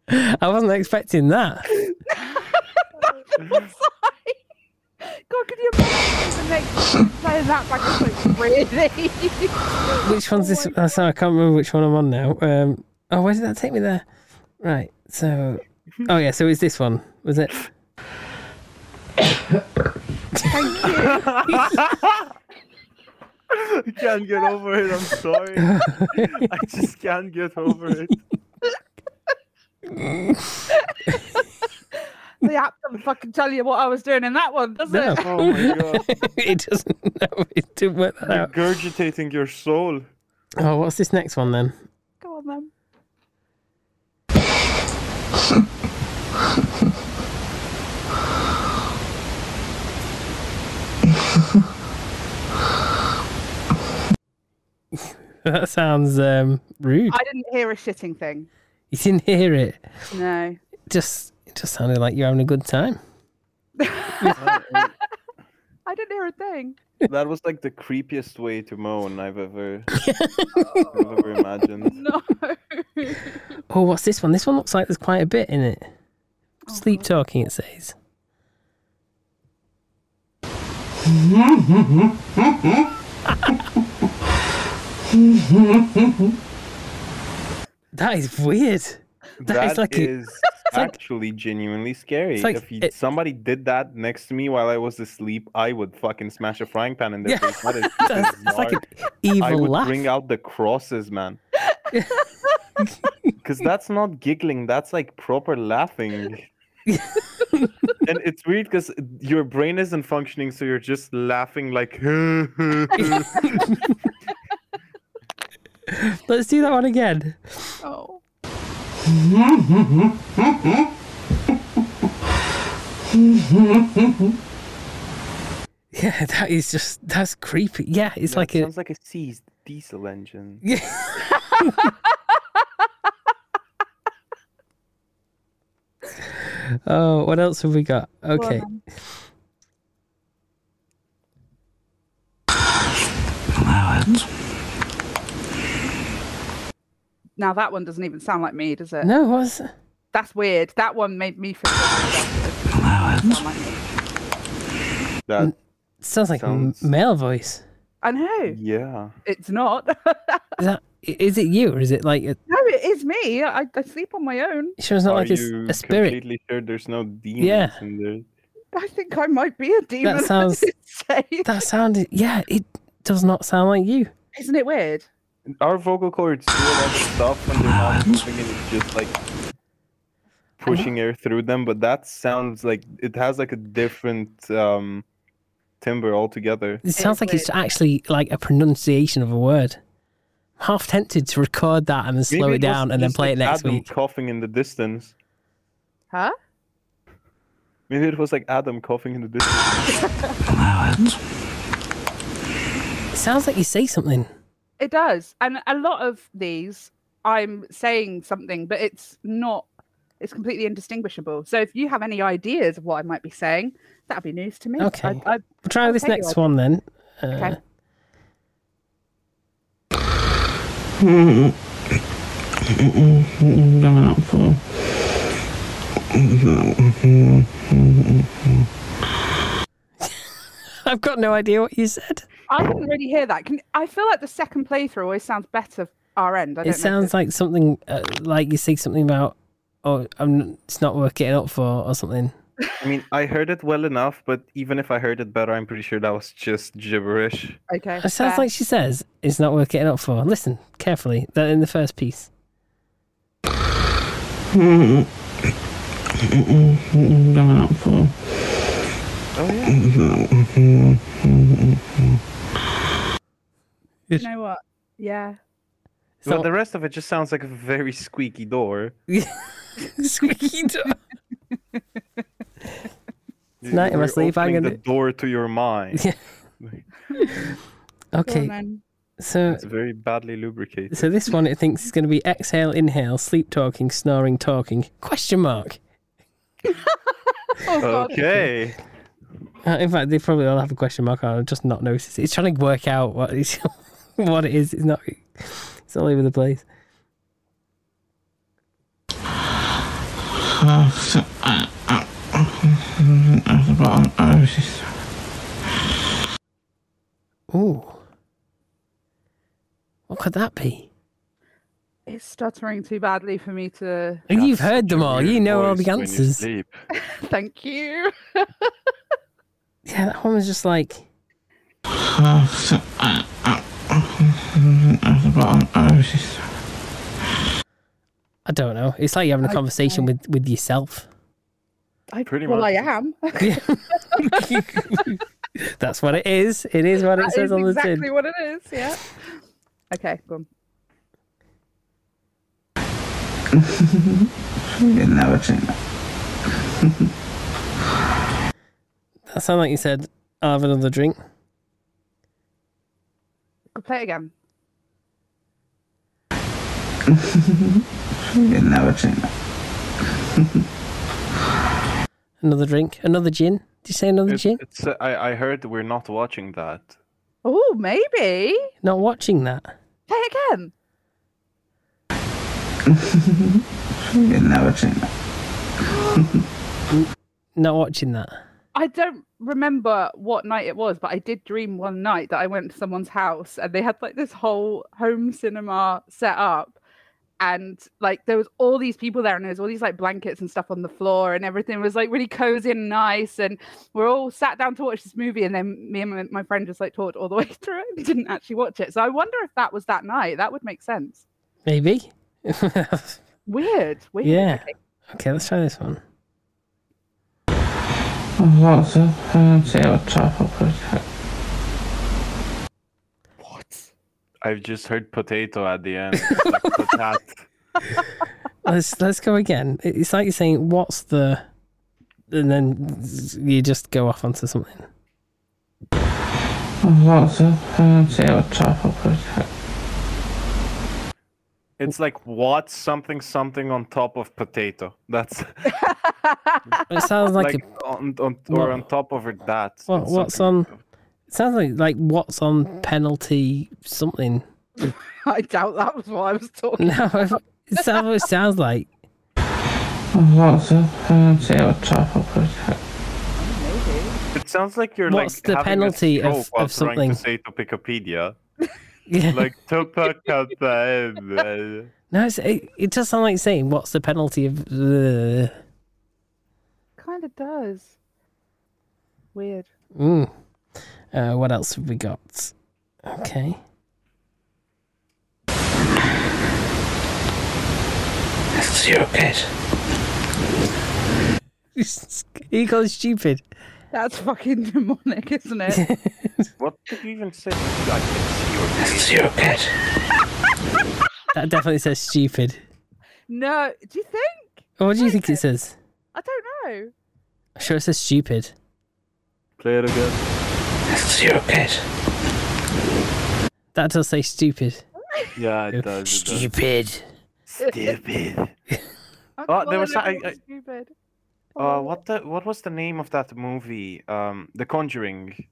S1: I wasn't expecting that.
S2: God, could you imagine the next playing that back? It's like, really?
S1: Which one's this? Oh, sorry, I can't remember which one I'm on now. Um, oh, where did that take me there? Right. So, oh yeah. So it's this one? Was it?
S4: I can't get over it. I'm sorry. I just can't get over it.
S2: the app doesn't fucking tell you what I was doing in that one, does
S1: No.
S2: it?
S4: Oh my god.
S1: it doesn't. No, it didn't work that out.
S4: Regurgitating your soul.
S1: Oh, what's this next one then?
S2: Go on then.
S1: That sounds um, rude.
S2: I didn't hear a shitting thing.
S1: You didn't hear it.
S2: No.
S1: Just, it just sounded like you're having a good time.
S2: I didn't hear a thing.
S4: That was like the creepiest way to moan I've ever, I've ever imagined.
S2: No.
S1: Oh, what's this one? This one looks like there's quite a bit in it. Sleep talking, it says. that is weird. That
S4: That
S1: is
S4: is
S1: like a-
S4: actually genuinely scary.
S1: It's like
S4: if you,
S1: it-
S4: somebody did that next to me while I was asleep, I would fucking smash a frying pan in their
S1: Yeah.
S4: face. That is
S1: That's, that's like an
S4: bizarre. I
S1: evil
S4: would
S1: laugh.
S4: bring out the crosses, man. Because that's not giggling, that's like proper laughing. and it's weird because your brain isn't functioning, so you're just laughing like.
S1: Let's do that one again.
S2: Oh.
S1: Yeah, that is just that's creepy. Yeah, it's
S4: That
S1: like a
S4: sounds like a seized diesel engine.
S1: oh. What else have we got? Okay.
S2: Now that one doesn't even sound like me, does it?
S1: No, what's
S2: That's weird. That one made me feel. Sound like me.
S4: That,
S1: sounds like a m-
S4: Sounds-
S1: male voice.
S2: I know
S4: yeah.
S2: it's not.
S1: Is that i- is it you or is it like a,
S2: no, it is me. I, I sleep on my own.
S1: sure it's not
S4: Are
S1: like a, s-
S4: you
S1: a spirit?
S4: completely sure there's no demons
S1: Yeah.
S4: in there?
S2: I think I might be a demon. I
S1: sounds-
S2: did say.
S1: That sounded yeah, it does not sound like you.
S2: Isn't it weird?
S4: Our vocal cords do a lot of stuff when they're not moving and it's just like pushing air through them, but that sounds like it has like a different um, timbre altogether.
S1: It sounds like it's actually like a pronunciation of a word. I'm half tempted to record that and then slow
S4: Maybe
S1: it down
S4: was
S1: and then
S4: just
S1: play it
S4: like
S1: next
S4: Adam
S1: week.
S4: coughing in the distance.
S2: Huh?
S4: Maybe it was like Adam coughing in the distance.
S1: It sounds like you say something.
S2: It does. And a lot of these, I'm saying something, but it's not, it's completely indistinguishable. So if you have any ideas of what I might be saying, that'd be news to me. I-
S1: Okay.
S2: I,
S1: We'll try this
S2: Okay, you
S1: next
S2: are.
S1: one then.
S2: okay.
S1: I've got no idea what you said.
S2: I didn't really hear that. Can, I feel like the second playthrough always sounds better our end. I don't
S1: It sounds like something uh, like you say something about, oh, I'm, it's not worth getting up for or something.
S4: I mean, I heard it well enough, but even if I heard it better, I'm pretty sure that was just gibberish.
S2: like. Okay.
S1: It sounds
S2: fair.
S1: like she says it's not worth getting up for. Listen carefully. That in the first piece.
S4: Oh yeah.
S2: You know what? Yeah.
S1: It's
S4: Well,
S1: not
S4: the rest of it just sounds like a very squeaky door.
S1: squeaky door.
S4: You-
S1: Tonight in my
S4: we're
S1: sleep, I'm
S4: opening
S1: gonna-
S4: the door to your mind.
S1: Yeah.
S2: Go on
S1: Okay,
S2: then.
S1: so
S4: It's very badly lubricated.
S1: so this one it thinks is going to be exhale, inhale, sleep talking, snoring, talking. Question mark.
S2: Oh, God.
S4: Okay.
S1: Uh, in fact, they probably all have a question mark on. I've just not noticed. it. It's trying to work out what it's, what it is. It's not. It's all over the place. Ooh. What could that be?
S2: It's stuttering too badly for me to.
S1: You've
S4: That's
S1: heard
S4: such a
S1: them all.
S4: weird
S1: You know all
S4: voice
S1: the
S4: when you
S1: answers.
S4: sleep.
S2: Thank you.
S1: Yeah, that one was just like. I don't know. It's like you're having a conversation with, with yourself.
S2: I,
S4: Pretty
S2: well,
S4: much.
S2: I am. That
S1: That's what it is. It is what it says
S2: is
S1: on the
S2: exactly
S1: tin.
S2: what it is. Yeah. Okay, go on.
S1: That sounded like you said, I'll have another drink.
S2: Go play it again.
S1: Another drink. Another gin. Did you say another
S4: It-
S1: gin?
S4: it's, uh, I, I heard we're not watching that.
S2: Oh, maybe.
S1: Not watching that.
S2: Play it again.
S1: Not watching that.
S2: I don't remember what night it was, but I did dream one night that I went to someone's house and they had like this whole home cinema set up. And like there was all these people there, and there was all these like blankets and stuff on the floor, and everything was like really cozy and nice. And we're all sat down to watch this movie, and then me and my, my friend just like talked all the way through it and didn't actually watch it. So I wonder if that was that night. That would make sense.
S1: Maybe.
S2: Weird. Weird.
S1: yeah. Okay, let's try this one.
S4: I've just heard potato at the end. It's like potat.
S1: Let's let's go again. It- It's like you're saying, "What's the," and then you just go off onto something.
S4: It's like what something something on top of potato. That's
S1: It sounds like,
S4: like
S1: a,
S4: on, on
S1: what-
S4: or on top of it that.
S1: what,
S4: It's
S1: what's
S4: something-
S1: on. It sounds like like what's on penalty something.
S2: I doubt that was what I was talking
S1: No, it sounds what it sounds like.
S4: It sounds like you're
S1: What's
S4: like
S1: the
S4: having
S1: penalty
S4: a
S1: of-
S4: stroke while
S1: of
S4: trying
S1: something?
S4: to say Topicopedia.
S1: Yeah.
S4: Like Topicopedia.
S1: no, it's, it it does sound like saying, "What's the penalty of?" the
S2: Kind of does. Weird.
S1: Mm. Uh, what else have we got? Okay. That's stupid. he goes stupid.
S2: That's fucking demonic, isn't it?
S4: what did you even say? I can see your
S1: That definitely says stupid.
S2: no, do you think?
S1: Or What do you think it says?
S2: I don't know.
S1: I'm sure it says stupid.
S4: Play it again.
S1: That does say stupid.
S4: Yeah, it does. It does.
S1: Stupid.
S4: Stupid.
S2: I
S4: Oh, there
S2: well,
S4: was
S2: don't know
S4: that- I- I-
S2: what's stupid.
S4: Uh, what the what was the name of that movie? Um, The Conjuring.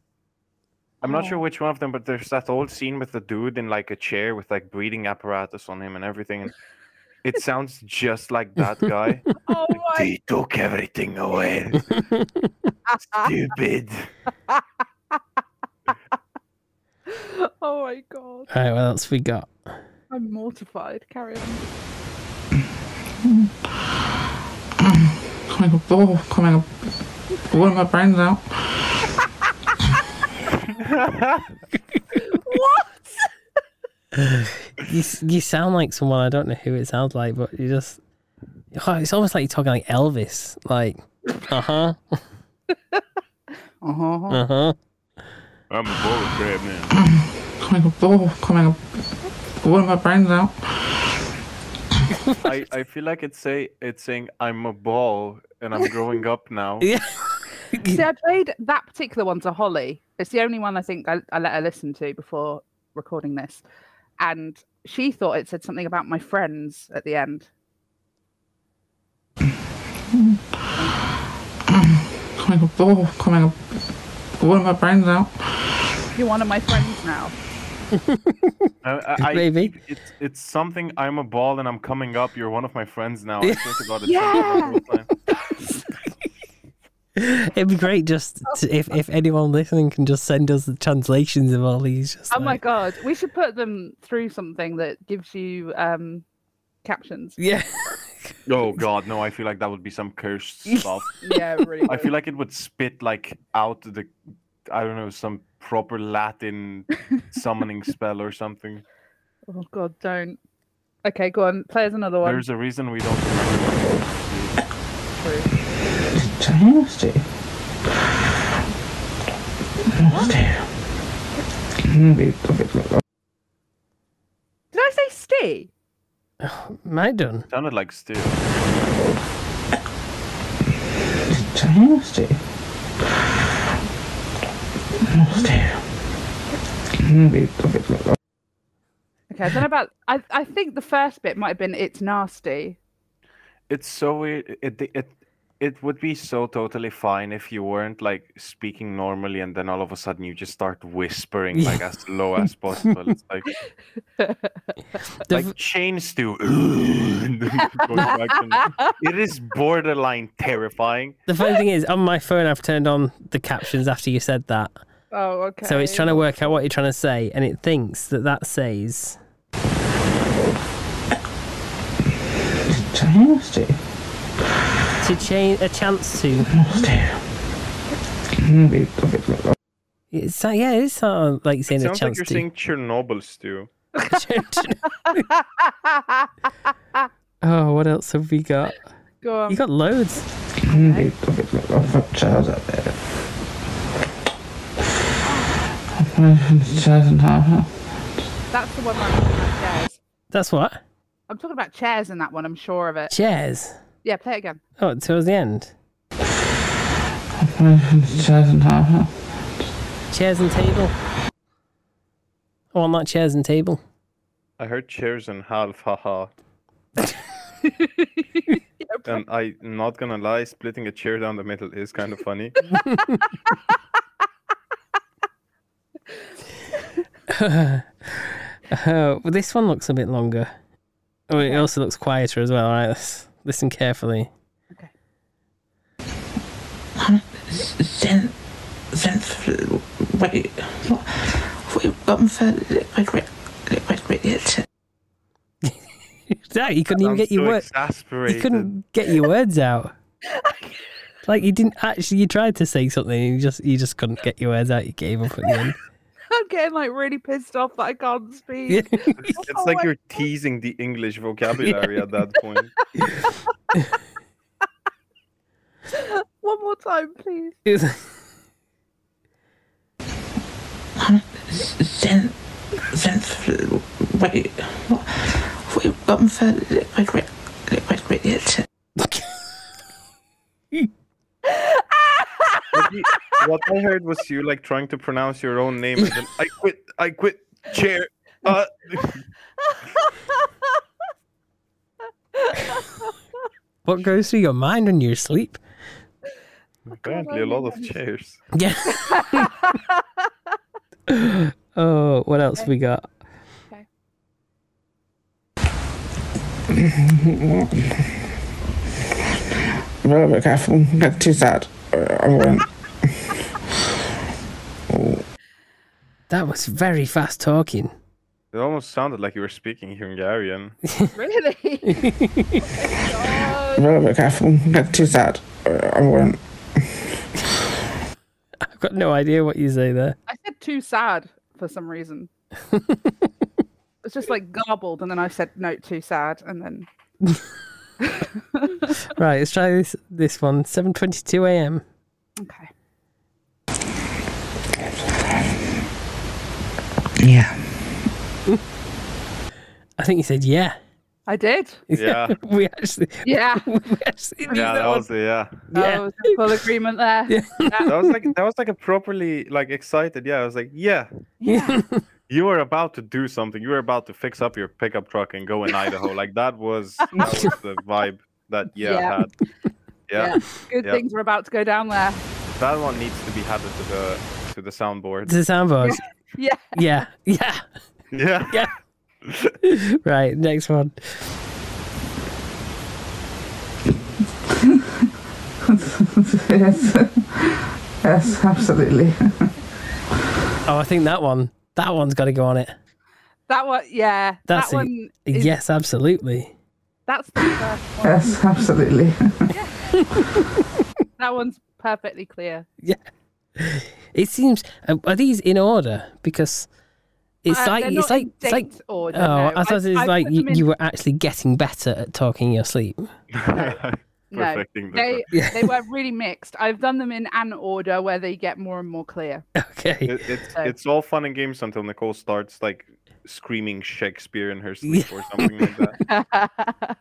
S4: I'm not sure which one of them, but there's that old scene with the dude in like a chair with like breathing apparatus on him and everything. And it sounds just like that guy.
S2: Oh my
S4: they took everything away. Stupid.
S2: oh my god.
S1: All right, what else we got?
S2: I'm mortified. Carry on.
S7: coming up, oh, coming up, blowing my brains out.
S1: You, s- you sound like someone I don't know who it sounds like, but you just. Oh, it's almost like you're talking like Elvis. Like, uh huh,
S2: Uh-huh.
S1: uh huh.
S4: I'm a bullet crab man.
S7: Coming up, oh, coming up, blowing my brains out.
S4: I, I feel like it's say it's saying I'm a ball and I'm growing up now.
S2: See, I played that particular one to Holly. It's the only one I think I, I let her listen to before recording this. And she thought it said something about my friends at the end.
S7: Coming up, oh, coming up, blowing my brains out.
S2: You're one of my friends now.
S4: I, I- I-
S1: Maybe.
S4: it's it's something. I'm a ball and I'm coming up. You're one of my friends now. I swear to God, it's
S2: Yeah.
S4: something the whole time.
S1: It'd be great just to, if if anyone listening can just send us the translations of all these. Just
S2: Oh my
S1: like-
S2: god, we should put them through something that gives you um captions.
S1: Yeah.
S4: Oh God, no! I feel like that would be some cursed stuff.
S2: Yeah, really.
S4: I feel like it would spit like out the, I don't know, some proper Latin summoning spell or something.
S2: would. Oh god, don't. Okay, go on. Play us another one.
S4: There's a reason we don't. recommend it.
S7: Dynasty. Dynasty. Hmm, wait, okay, look, look.
S2: Did I say Steve?
S1: My done.
S4: Sounded like stew.
S7: Dynasty. Dynasty. Hmm, wait, okay, look, look.
S2: Okay, I don't know about. I I think the first bit might have been it's nasty.
S4: It's so weird. It, it it it would be so totally fine if you weren't like speaking normally, and then all of a sudden you just start whispering like as low as possible. It's like
S1: The
S4: like chain stew. and then going back and- it is borderline terrifying.
S1: The funny thing is, on my phone, I've turned on the captions after you said that,
S2: Oh, okay.
S1: so it's trying to work out what you're trying to say, and it thinks that that says
S7: Dynasty.
S1: to change a chance to.
S7: Dynasty. Hmm, wait, okay, look, look.
S1: It's like, yeah, it's sort of like saying a
S4: Sounds like
S1: chance
S4: you're saying Chernobyl stew.
S1: to. oh, what else have we got?
S2: Go
S4: Um,
S2: on.
S1: You got loads.
S7: Hmm, wait, okay, look, look. I've got child out there. Child in half.
S2: That's the one where I'm talking about chairs.
S1: That's what
S2: I'm talking about chairs in that one. I'm sure of it.
S1: chairs.
S2: Yeah, play it again.
S1: Oh, towards the end,
S7: Child in half.
S1: chairs and table. Oh, I want that chairs and table.
S4: I heard chairs and half, haha. and I'm not gonna lie, splitting a chair down the middle is kind of funny.
S1: Oh, well, this one looks a bit longer. Oh, it also looks quieter as well. All right, let's listen carefully.
S7: Then, then, wait, what? We've gone for liquid, ra- liquid radiation.
S1: Yeah, you couldn't even
S4: I'm
S1: get your
S4: so
S1: words. You
S4: exasperated.
S1: couldn't get your words out. like you didn't actually. You tried to say something. And you just you just couldn't get your words out. You gave up at the end.
S2: I'm getting like really pissed off that I can't speak.
S4: It's
S2: Oh
S4: like
S2: my
S4: you're teasing the English vocabulary at that point.
S2: One more time, please.
S1: It was-
S7: Then, then, wait, what? We've gone for liquid, ra- liquid radiation.
S4: What you- what I heard was you like trying to pronounce your own name. And then, I quit. I quit. Chair. Uh,
S1: what goes through your mind when you're asleep?
S4: apparently, a lot of chairs.
S1: Yeah. oh, what else we got?
S7: Well, be careful, get too sad. I won't.
S1: That was very fast talking.
S4: It almost sounded like you were speaking Hungarian.
S2: Really?
S7: Well, be careful, get too sad. I won't.
S1: I've got no idea what you say there.
S2: I said too sad for some reason. it's just like garbled, and then I said no, too sad, and then
S1: Right, let's try this this one. Seven twenty two a.m.
S2: okay.
S7: Yeah.
S1: I think you said yeah.
S2: I did.
S4: Yeah.
S1: we actually.
S2: Yeah.
S1: We actually did that
S4: Yeah, that
S1: one.
S4: was the, yeah.
S1: Yeah.
S2: Oh, there's full agreement there.
S4: That was like that was like a properly like excited. Yeah, I was like, yeah,
S2: Yeah.
S4: you were about to do something. You were about to fix up your pickup truck and go in Idaho. Like that was that was the vibe that yeah,
S2: Yeah.
S4: had. Yeah,
S2: Yeah. Good
S4: Yeah.
S2: things were about to go down there.
S4: that one needs to be added to the to the soundboard.
S1: To the soundboard.
S2: Yeah.
S1: Yeah. Yeah.
S4: Yeah.
S1: Yeah. right. Next one.
S8: yes. yes, absolutely.
S1: Oh, I think that one. That one's got to go on it.
S2: That one, yeah.
S1: That's
S2: that
S1: it.
S2: one. Is,
S1: yes, absolutely.
S2: That's the first one.
S8: Yes, absolutely.
S2: That one's perfectly clear.
S1: It seems. Are are these in order? Because it's
S2: Uh,
S1: like
S2: they're
S1: it's
S2: not
S1: like
S2: in
S1: it's like.
S2: date order,
S1: Oh,
S2: no.
S1: I thought it was
S2: I
S1: like
S2: put
S1: you,
S2: them in-
S1: you were actually getting better at talking in your sleep.
S2: No,
S4: Perfecting the
S2: they
S1: Yeah.
S2: they were really mixed. I've done them in an order where they get more and more clear.
S1: Okay.
S4: It, it's
S2: Okay.
S4: it's all fun and games until Nicole starts like screaming Shakespeare in her sleep or something like that.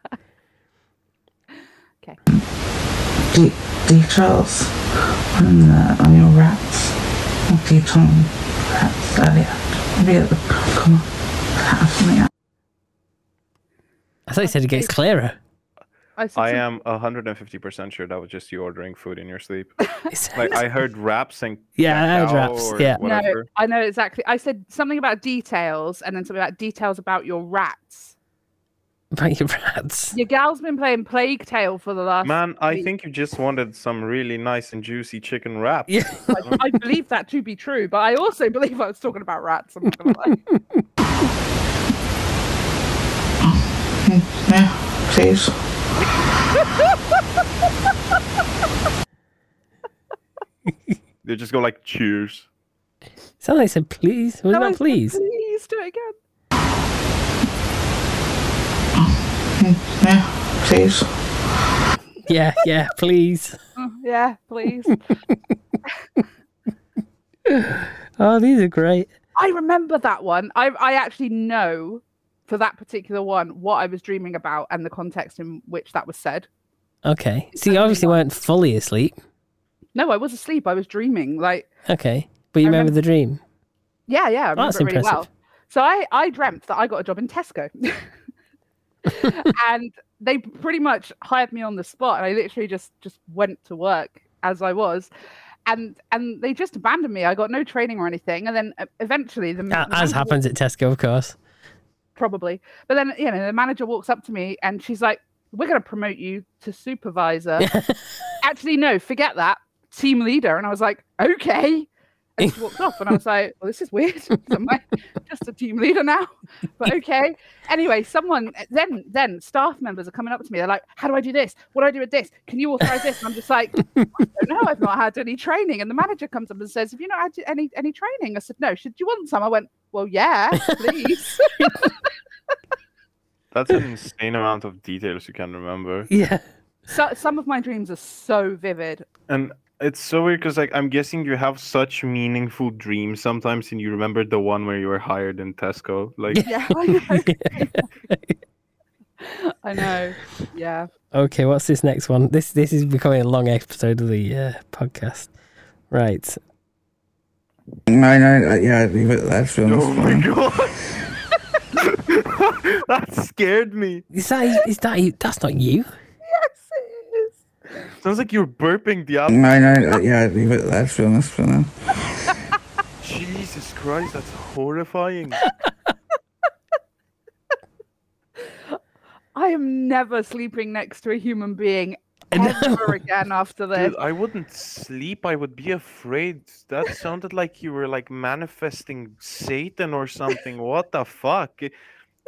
S8: De- details on, uh, on your rats. Or detail on rats earlier. Maybe at the come on, cat or something else.
S1: I thought you said it gets clearer.
S2: I, said
S4: I
S2: some-
S4: am 150% sure that was just you ordering food in your sleep.
S1: It's-
S4: Like I heard raps and
S1: Yeah, I heard
S4: cacao
S1: raps,
S4: or
S1: yeah. No,
S4: whatever.
S2: No, I know exactly. I said something about details and then something about details about your rats.
S1: about your rats.
S2: Your gal's been playing Plague Tale for the last.
S4: Man, I
S2: week.
S4: think you just wanted some really nice and juicy chicken wrap.
S1: Yeah.
S2: I, I believe that to be true, but I also believe I was talking about rats. I'm not gonna lie.
S8: Yeah, please.
S4: They just go like cheers.
S1: Sound like I said please. Was
S2: No, I
S1: that
S2: said,
S1: please?
S2: Please do it again.
S8: Yeah, please.
S1: Yeah, yeah, please.
S2: Mm, Yeah, please.
S1: Oh, these are great.
S2: I remember that one. I I actually know for that particular one what I was dreaming about and the context in which that was said.
S1: Okay. So you obviously weren't fully asleep.
S2: No, I was asleep. I was dreaming. Like
S1: Okay. But you
S2: I
S1: remember
S2: remember-
S1: the dream?
S2: yeah, yeah, I remember
S1: that's
S2: it really
S1: impressive.
S2: well. So I I dreamt that I got a job in Tesco. and they pretty much hired me on the spot and I literally just just went to work as I was. And and they just abandoned me. I got no training or anything. And then uh, eventually the
S1: A- As
S2: manager-
S1: happens at Tesco, of course.
S2: probably. But then, you know, the manager walks up to me and she's like, "We're going to promote you to supervisor." Actually, no, forget that, team leader. And I was like, "Okay." And she walked off, and I was like, "Well, this is weird. Am I just a team leader now?" But okay. Anyway, someone then then staff members are coming up to me. They're like, "How do I do this? What do I do with this? Can you authorize this?" And I'm just like, "I don't know. I've not had any training." And the manager comes up and says, "Have you not had any any training?" I said, "No." Should you want some? I went, "Well, yeah, please."
S4: That's an insane amount of details you can remember.
S1: Yeah.
S2: so, some of my dreams are so vivid.
S4: And it's so weird because like I'm guessing you have such meaningful dreams sometimes, and you remember the one where you were hired in Tesco. Like
S2: Yeah, I know. I know. Yeah.
S1: Okay, what's this next one? This this is becoming a long episode of the uh, podcast. Right.
S7: No, no, no, yeah, leave it there to be honest.
S4: Oh my god. that scared me.
S1: Is that is that you? That's not you.
S2: Yes, it is.
S4: Sounds like you're burping the apple.
S7: No, no, no, yeah, leave it there to be honest for now.
S4: Jesus Christ, that's horrifying.
S2: I am never sleeping next to a human being ever again after this.
S4: Dude, I wouldn't sleep. I would be afraid. That sounded like you were like manifesting Satan or something. What the fuck? It-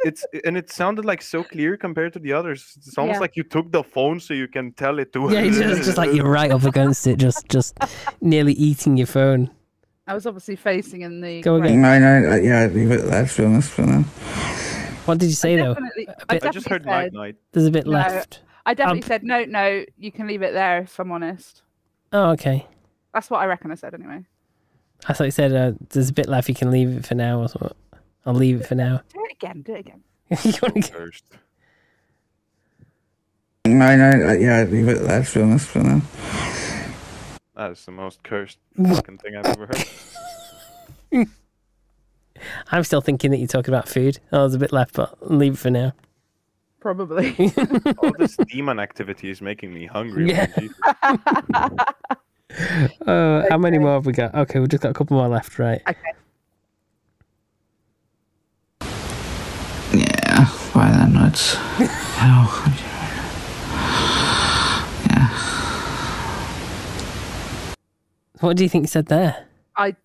S4: It's and it sounded like so clear compared to the others. It's almost
S2: Yeah.
S4: like you took the phone so you can tell it to.
S1: Yeah, it's just, just like you're right up against it, just just nearly eating your phone.
S2: I was obviously facing in the.
S1: Go
S2: correct-
S1: again.
S7: No, no, no, yeah, leave it there to be honest for now.
S1: What did you say though?
S2: Definitely, I,
S1: bit-
S4: I just
S2: definitely
S4: heard
S2: said,
S4: night night.
S1: There's a bit
S2: No.
S1: left.
S2: I definitely
S1: Um,
S2: said no, no. You can leave it there if I'm honest.
S1: Oh, okay.
S2: That's what I reckon I said anyway.
S1: I thought you said uh, there's a bit left. You can leave it for now or something. I'll leave it for now.
S2: Do it again. Do it again.
S1: You wanna go-
S4: First.
S7: No, no, no, yeah, leave it there to be honest for now.
S4: That is the most cursed fucking thing I've ever heard.
S1: I'm still thinking that you're talking about food. Oh, there's a bit left, but I'll leave it for now.
S2: Probably.
S4: All this demon activity is making me hungry.
S1: Yeah.
S4: man, Jesus.
S1: Oh, Uh, How many more have we got? Okay, we've just got a couple more left, right?
S2: okay.
S7: words. oh,
S1: What do you think you said there?
S2: I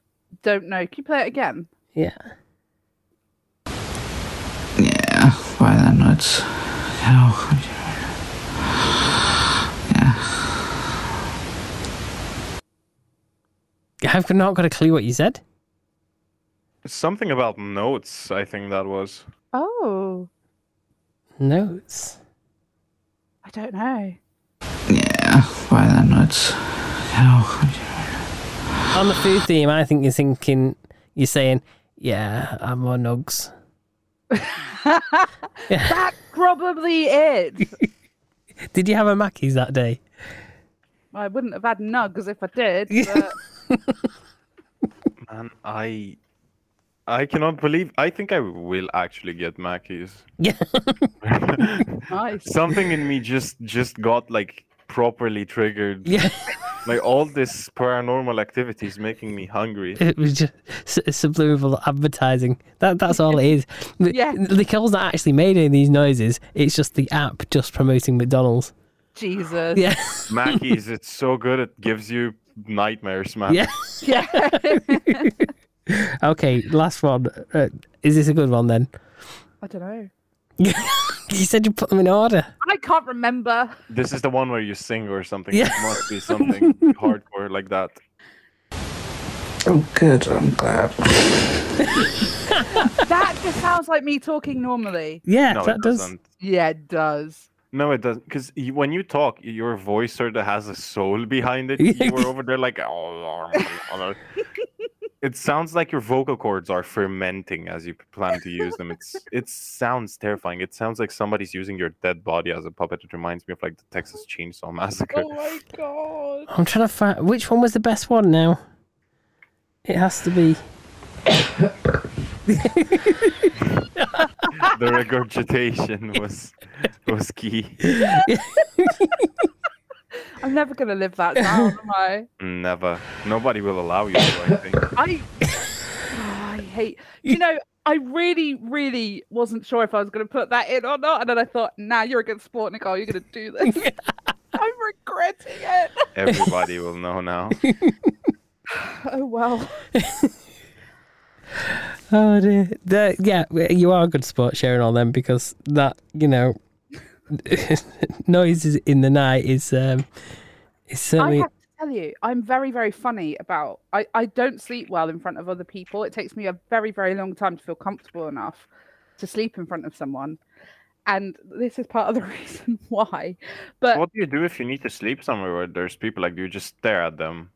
S2: don't know. Can you play it again?
S1: Yeah.
S7: yeah, why them words. Oh,
S1: I've not got a clue what you said.
S4: Something about notes, I think that was.
S2: Oh,
S1: Notes.
S2: I don't know.
S7: yeah, why them words. Oh,
S1: On the food theme, I think you're thinking, you're saying, yeah, I'm on nugs.
S2: That's probably it.
S1: Did you have a Mackey's that day?
S2: I wouldn't have had nugs if I did. But
S4: Man, I I cannot believe I think I will actually get Mackey's.
S1: Yeah.
S2: nice.
S4: Something in me just just got like properly triggered.
S1: Yeah.
S4: Like all this paranormal activity is making me hungry.
S1: It was just s- subliminal advertising. That That's all it is. The-
S2: Yeah.
S1: Nicole's not actually made any of these noises. It's just the app just promoting McDonald's.
S2: Jesus.
S1: Yeah.
S4: Mackey's, it's so good it gives you nightmares, man.
S1: Yeah.
S2: Yeah.
S1: Okay, last one. Uh, is this a good one then?
S2: I don't know.
S1: you said you put them in order.
S2: I can't remember.
S4: This is the one where you sing or something.
S1: Yeah.
S4: It must be something hardcore like that.
S7: oh, good, I'm glad.
S2: That just sounds like me talking normally.
S1: Yeah,
S4: No,
S1: that
S4: it
S1: does.
S4: doesn't.
S2: Yeah, it does.
S4: No, it doesn't. Because when you talk, your voice sort of has a soul behind it. You were over there like, it sounds like your vocal cords are fermenting as you plan to use them. It's it sounds terrifying. It sounds like somebody's using your dead body as a puppet. It reminds me of like the Texas Chainsaw Massacre.
S2: my god.
S1: I'm trying to find which one was the best one now. It has to be.
S4: The regurgitation was was key.
S2: I'm never gonna live that down, am I?
S4: Never. Nobody will allow you. To, I think.
S2: I Oh, I hate you know, I really, really wasn't sure if I was gonna put that in or not, and then I thought, nah, you're a good sport, Nicole, you're gonna do this. I'm regretting it.
S4: Everybody will know now.
S2: Oh well.
S1: Oh dear. The- yeah, you are a good sport sharing all them because that you know noises in the night is um is
S2: I
S1: certainly
S2: have to tell you, I'm very, very funny about I, I don't sleep well in front of other people. It takes me a very, very long time to feel comfortable enough to sleep in front of someone. And this is part of the reason why. But
S4: What do you do if you need to sleep somewhere where there's people? Like, do you just stare at them?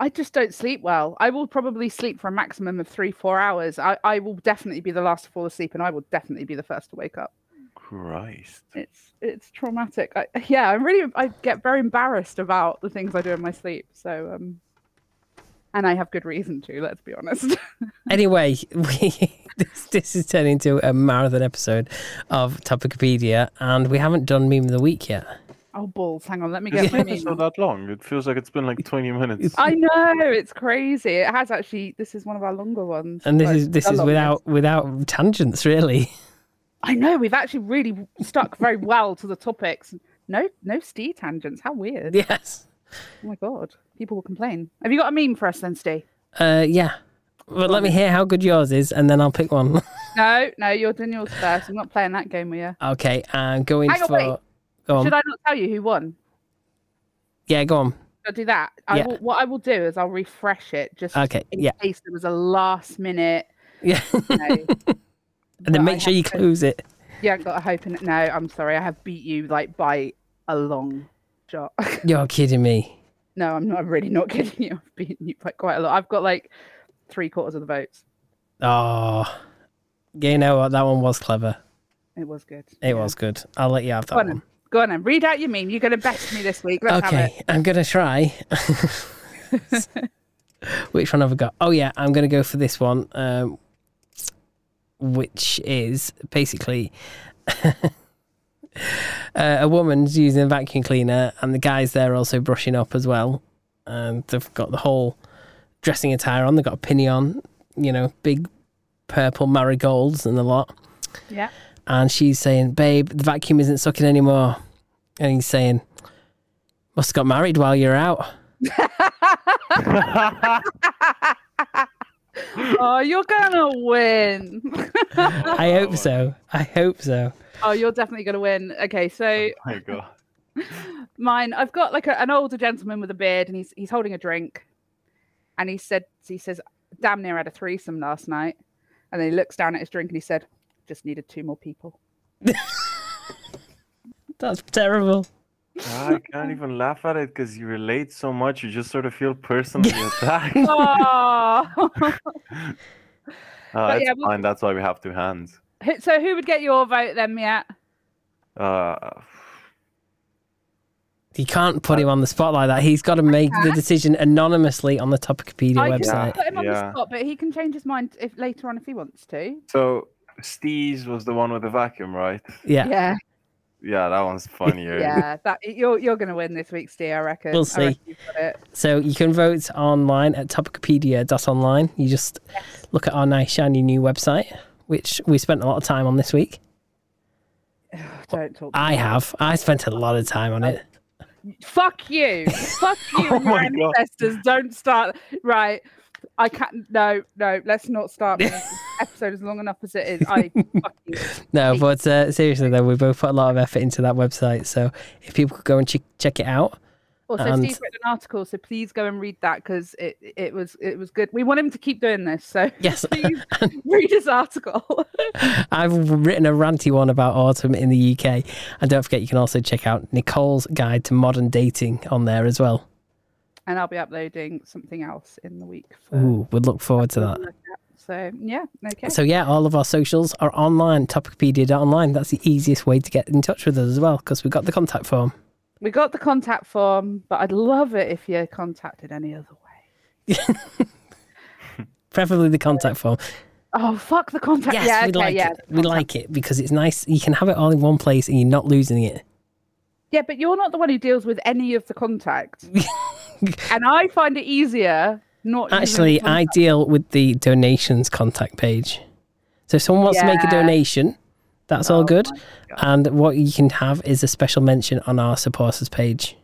S2: I just don't sleep well. I will probably sleep for a maximum of three, four hours. I, I will definitely be the last to fall asleep and I will definitely be the first to wake up.
S4: Christ.
S2: It's it's traumatic. I, yeah, I'm really I get very embarrassed about the things I do in my sleep. So um and I have good reason to, let's be honest.
S1: anyway, we this, this is turning into a marathon episode of Topicopedia and we haven't done meme of the week yet.
S2: Oh balls! Hang on, let me get my
S4: It's not
S2: meme.
S4: that long. It feels like it's been like 20 minutes.
S2: I know it's crazy. It has actually. This is one of our longer ones.
S1: And this
S2: like,
S1: is this
S2: the
S1: is
S2: longest.
S1: without without tangents really.
S2: I know we've actually really stuck very well to the topics. No, no Steve tangents. How weird.
S1: Yes.
S2: Oh my god, people will complain. Have you got a meme for us then, Steve?
S1: Uh yeah. But let me hear how good yours is and then I'll pick one.
S2: No, no, you're doing yours first. I'm not playing that game with you.
S1: Okay, I'm going
S2: Hang on,
S1: for.
S2: wait.
S1: Go on.
S2: Should I not tell you who won?
S1: Yeah, go on.
S2: Should I do that? I
S1: Yeah.
S2: will, what I will do is I'll refresh it just
S1: Okay,
S2: in
S1: yeah.
S2: case there was a last minute.
S1: Yeah,
S2: You know,
S1: and
S2: but I
S1: then make sure
S2: have
S1: you
S2: to-
S1: close it.
S2: You haven't got a hope in it. No, I'm sorry. I have beat you like by a long shot.
S1: You're kidding me.
S2: no, I'm not. I'm really not kidding you. I've beaten you by quite a lot. I've got like three quarters of the votes.
S1: Oh, yeah, you know what? That one was clever.
S2: It was good.
S1: It was good. I'll let you have that
S2: Go on,
S1: one.
S2: then. Go on then. Read out your meme. You're going to best me this week. Let's have it.
S1: Okay, I'm gonna try. which one have I got? Oh yeah, I'm gonna go for this one, um, which is basically uh, a woman's using a vacuum cleaner, and the guys there also brushing up as well, and they've got the whole dressing attire on. They've got a pinny on, you know, big purple marigolds and the lot.
S2: Yeah.
S1: and she's saying, "Babe, the vacuum isn't sucking anymore," and he's saying, "Must have got married while you're out."
S2: oh, you're gonna win.
S1: I hope so. I hope so.
S2: oh, you're definitely gonna win. Okay, so
S4: my god.
S2: mine i've got like a, an older gentleman with a beard and he's he's holding a drink and he said he says damn near had a threesome last night and then he looks down at his drink and he said just needed two more people
S1: That's terrible.
S4: I can't even laugh at it because you relate so much. You just sort of feel personally attacked. Uh,
S2: oh.
S4: that's
S2: yeah, we-
S4: Ah, fine. That's why we have two hands.
S2: Who- so who would get your vote then Miat?
S4: Uh,
S1: You can't put him on the spot like that. He's got to make the decision anonymously on the Topicopedia
S2: i
S1: website.
S2: put him on the
S4: Yeah.
S2: spot but he can change his mind if later on if he wants to
S4: so Steez was the one with the vacuum, right?
S1: Yeah.
S2: yeah
S4: Yeah, that one's funnier.
S2: yeah that you're you're gonna win this week steve i reckon
S1: We'll
S2: I reckon you've got it.
S1: So you can vote online at topicopedia.online. You just look at our nice, shiny new website, which we spent a lot of time on this week.
S2: don't talk
S1: I have. I spent a lot of time on it.
S2: Fuck you. Fuck you and your
S4: Oh my God.
S2: ancestors. Don't start. Right. I can't. No, no. Let's not start. this episode is long enough as it is. I fucking.
S1: No, but uh, seriously, though, we both put a lot of effort into that website. So if people could go and ch- check it out,
S2: Also,
S1: And-
S2: Steve's written an article, so please go and read that because it, it was it was good. We want him to keep doing this, so
S1: Yes.
S2: please read his article.
S1: I've written a ranty one about autumn in the UK. And don't forget, you can also check out Nicole's Guide to Modern Dating on there as well.
S2: and I'll be uploading something else in the week. For
S1: Ooh, we'd look forward to that.
S2: So yeah, okay.
S1: So yeah, all of our socials are online, topicopedia.online. That's the easiest way to get in touch with us as well, because we've got the contact form.
S2: we got the contact form, but I'd love it if you contacted any other way.
S1: Preferably the contact form.
S2: Oh fuck the contact.
S1: Yes,
S2: yeah,
S1: we
S2: okay,
S1: like
S2: yeah.
S1: it. We like it because it's nice. You can have it all in one place and you're not losing it.
S2: Yeah, but you're not the one who deals with any of the contact. and I find it easier not using the
S1: Actually, I
S2: contact.
S1: deal with the donations contact page. So if someone wants to make a
S2: Yeah.
S1: donation, that's all good. And what you can have is a special mention on our supporters page.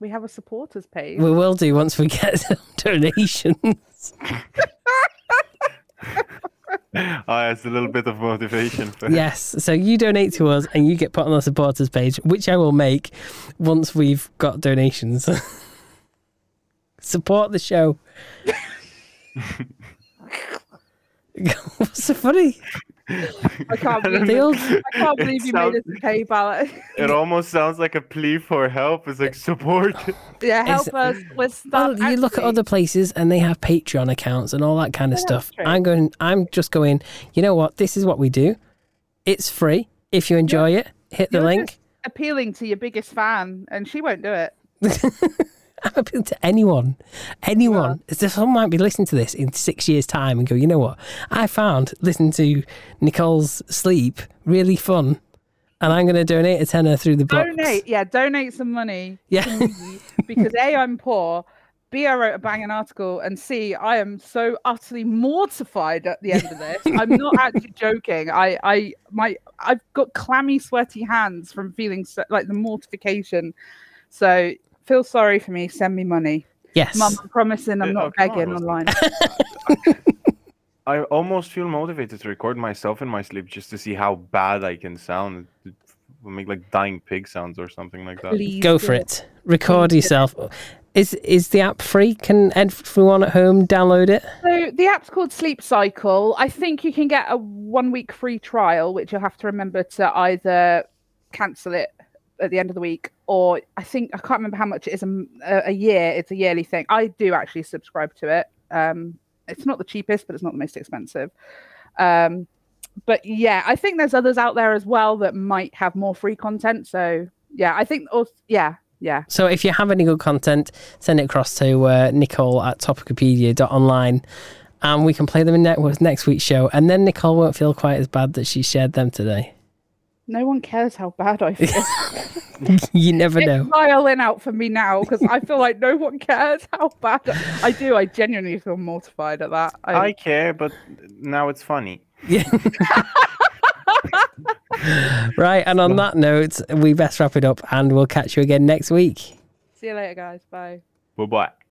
S2: we have a supporters page.
S1: We will do once we get some donations.
S4: Ah, it's a little bit of motivation. For
S1: yes. So you donate to us and you get put on the supporters page, which I will make once we've got donations. Support the show. What's so funny?
S2: I can't believe
S1: They all
S2: I can't believe you made
S4: sounds-
S2: us okay, ballot.
S4: It almost sounds like a plea for help. It's like support.
S2: yeah, help
S1: It's-
S2: us. We're stuck.
S1: Well, you look at
S2: Actually,
S1: other places and they have Patreon accounts and all that kind of stuff.
S2: true.
S1: I'm going. I'm just going. You know what? This is what we do. It's free. If you enjoy it, hit the
S2: you're
S1: link.
S2: just appealing to your biggest fan, and she won't do it.
S1: I'm appealing to anyone. Anyone. So Someone might be listening to this in six years' time and go, you know what? I found listening to Nicole's sleep really fun, and I'm going to donate a tenner through the box.
S2: Donate, yeah, donate some money
S1: Yeah.
S2: because a I'm poor. B, I wrote a banging article, and C, I am so utterly mortified at the end of this. I'm not actually joking. I, I, my, I've got clammy, sweaty hands from feeling so, like the mortification. So feel sorry for me. Send me money,
S1: yes.
S2: Mum. I'm promising. I'm
S4: Yeah,
S2: not
S4: oh, come on,
S2: begging
S4: Rosie.
S2: online.
S4: I almost feel motivated to record myself in my sleep just to see how bad I can sound. We'll make like dying pig sounds or something like that.
S2: Please
S1: Go
S2: do
S1: for it. Record yourself. Is is the app free? Can everyone at home download it?
S2: So the app's called Sleep Cycle. I think you can get a one week free trial, which you'll have to remember to either cancel it at the end of the week or I think I can't remember how much it is a, m- a- a year. It's a yearly thing. I do actually subscribe to it. Um, it's not the cheapest, but it's not the most expensive. Um, but yeah, I think there's others out there as well that might have more free content. So yeah, I think, also, yeah, yeah.
S1: So if you have any good content, send it across to uh, Nicole at topicopedia.online and we can play them in ne- with next week's show. And then Nicole won't feel quite as bad that she shared them today.
S2: No one cares how bad I feel.
S1: you never
S2: Get
S1: know.
S2: violin out for me now because I feel like no one cares how bad I- I do. I genuinely feel mortified at that. I,
S4: I care, but now it's funny.
S1: Yeah. Right, and on that note, we best wrap it up and we'll catch you again next week.
S2: See you later, guys. Bye.
S4: Bye bye.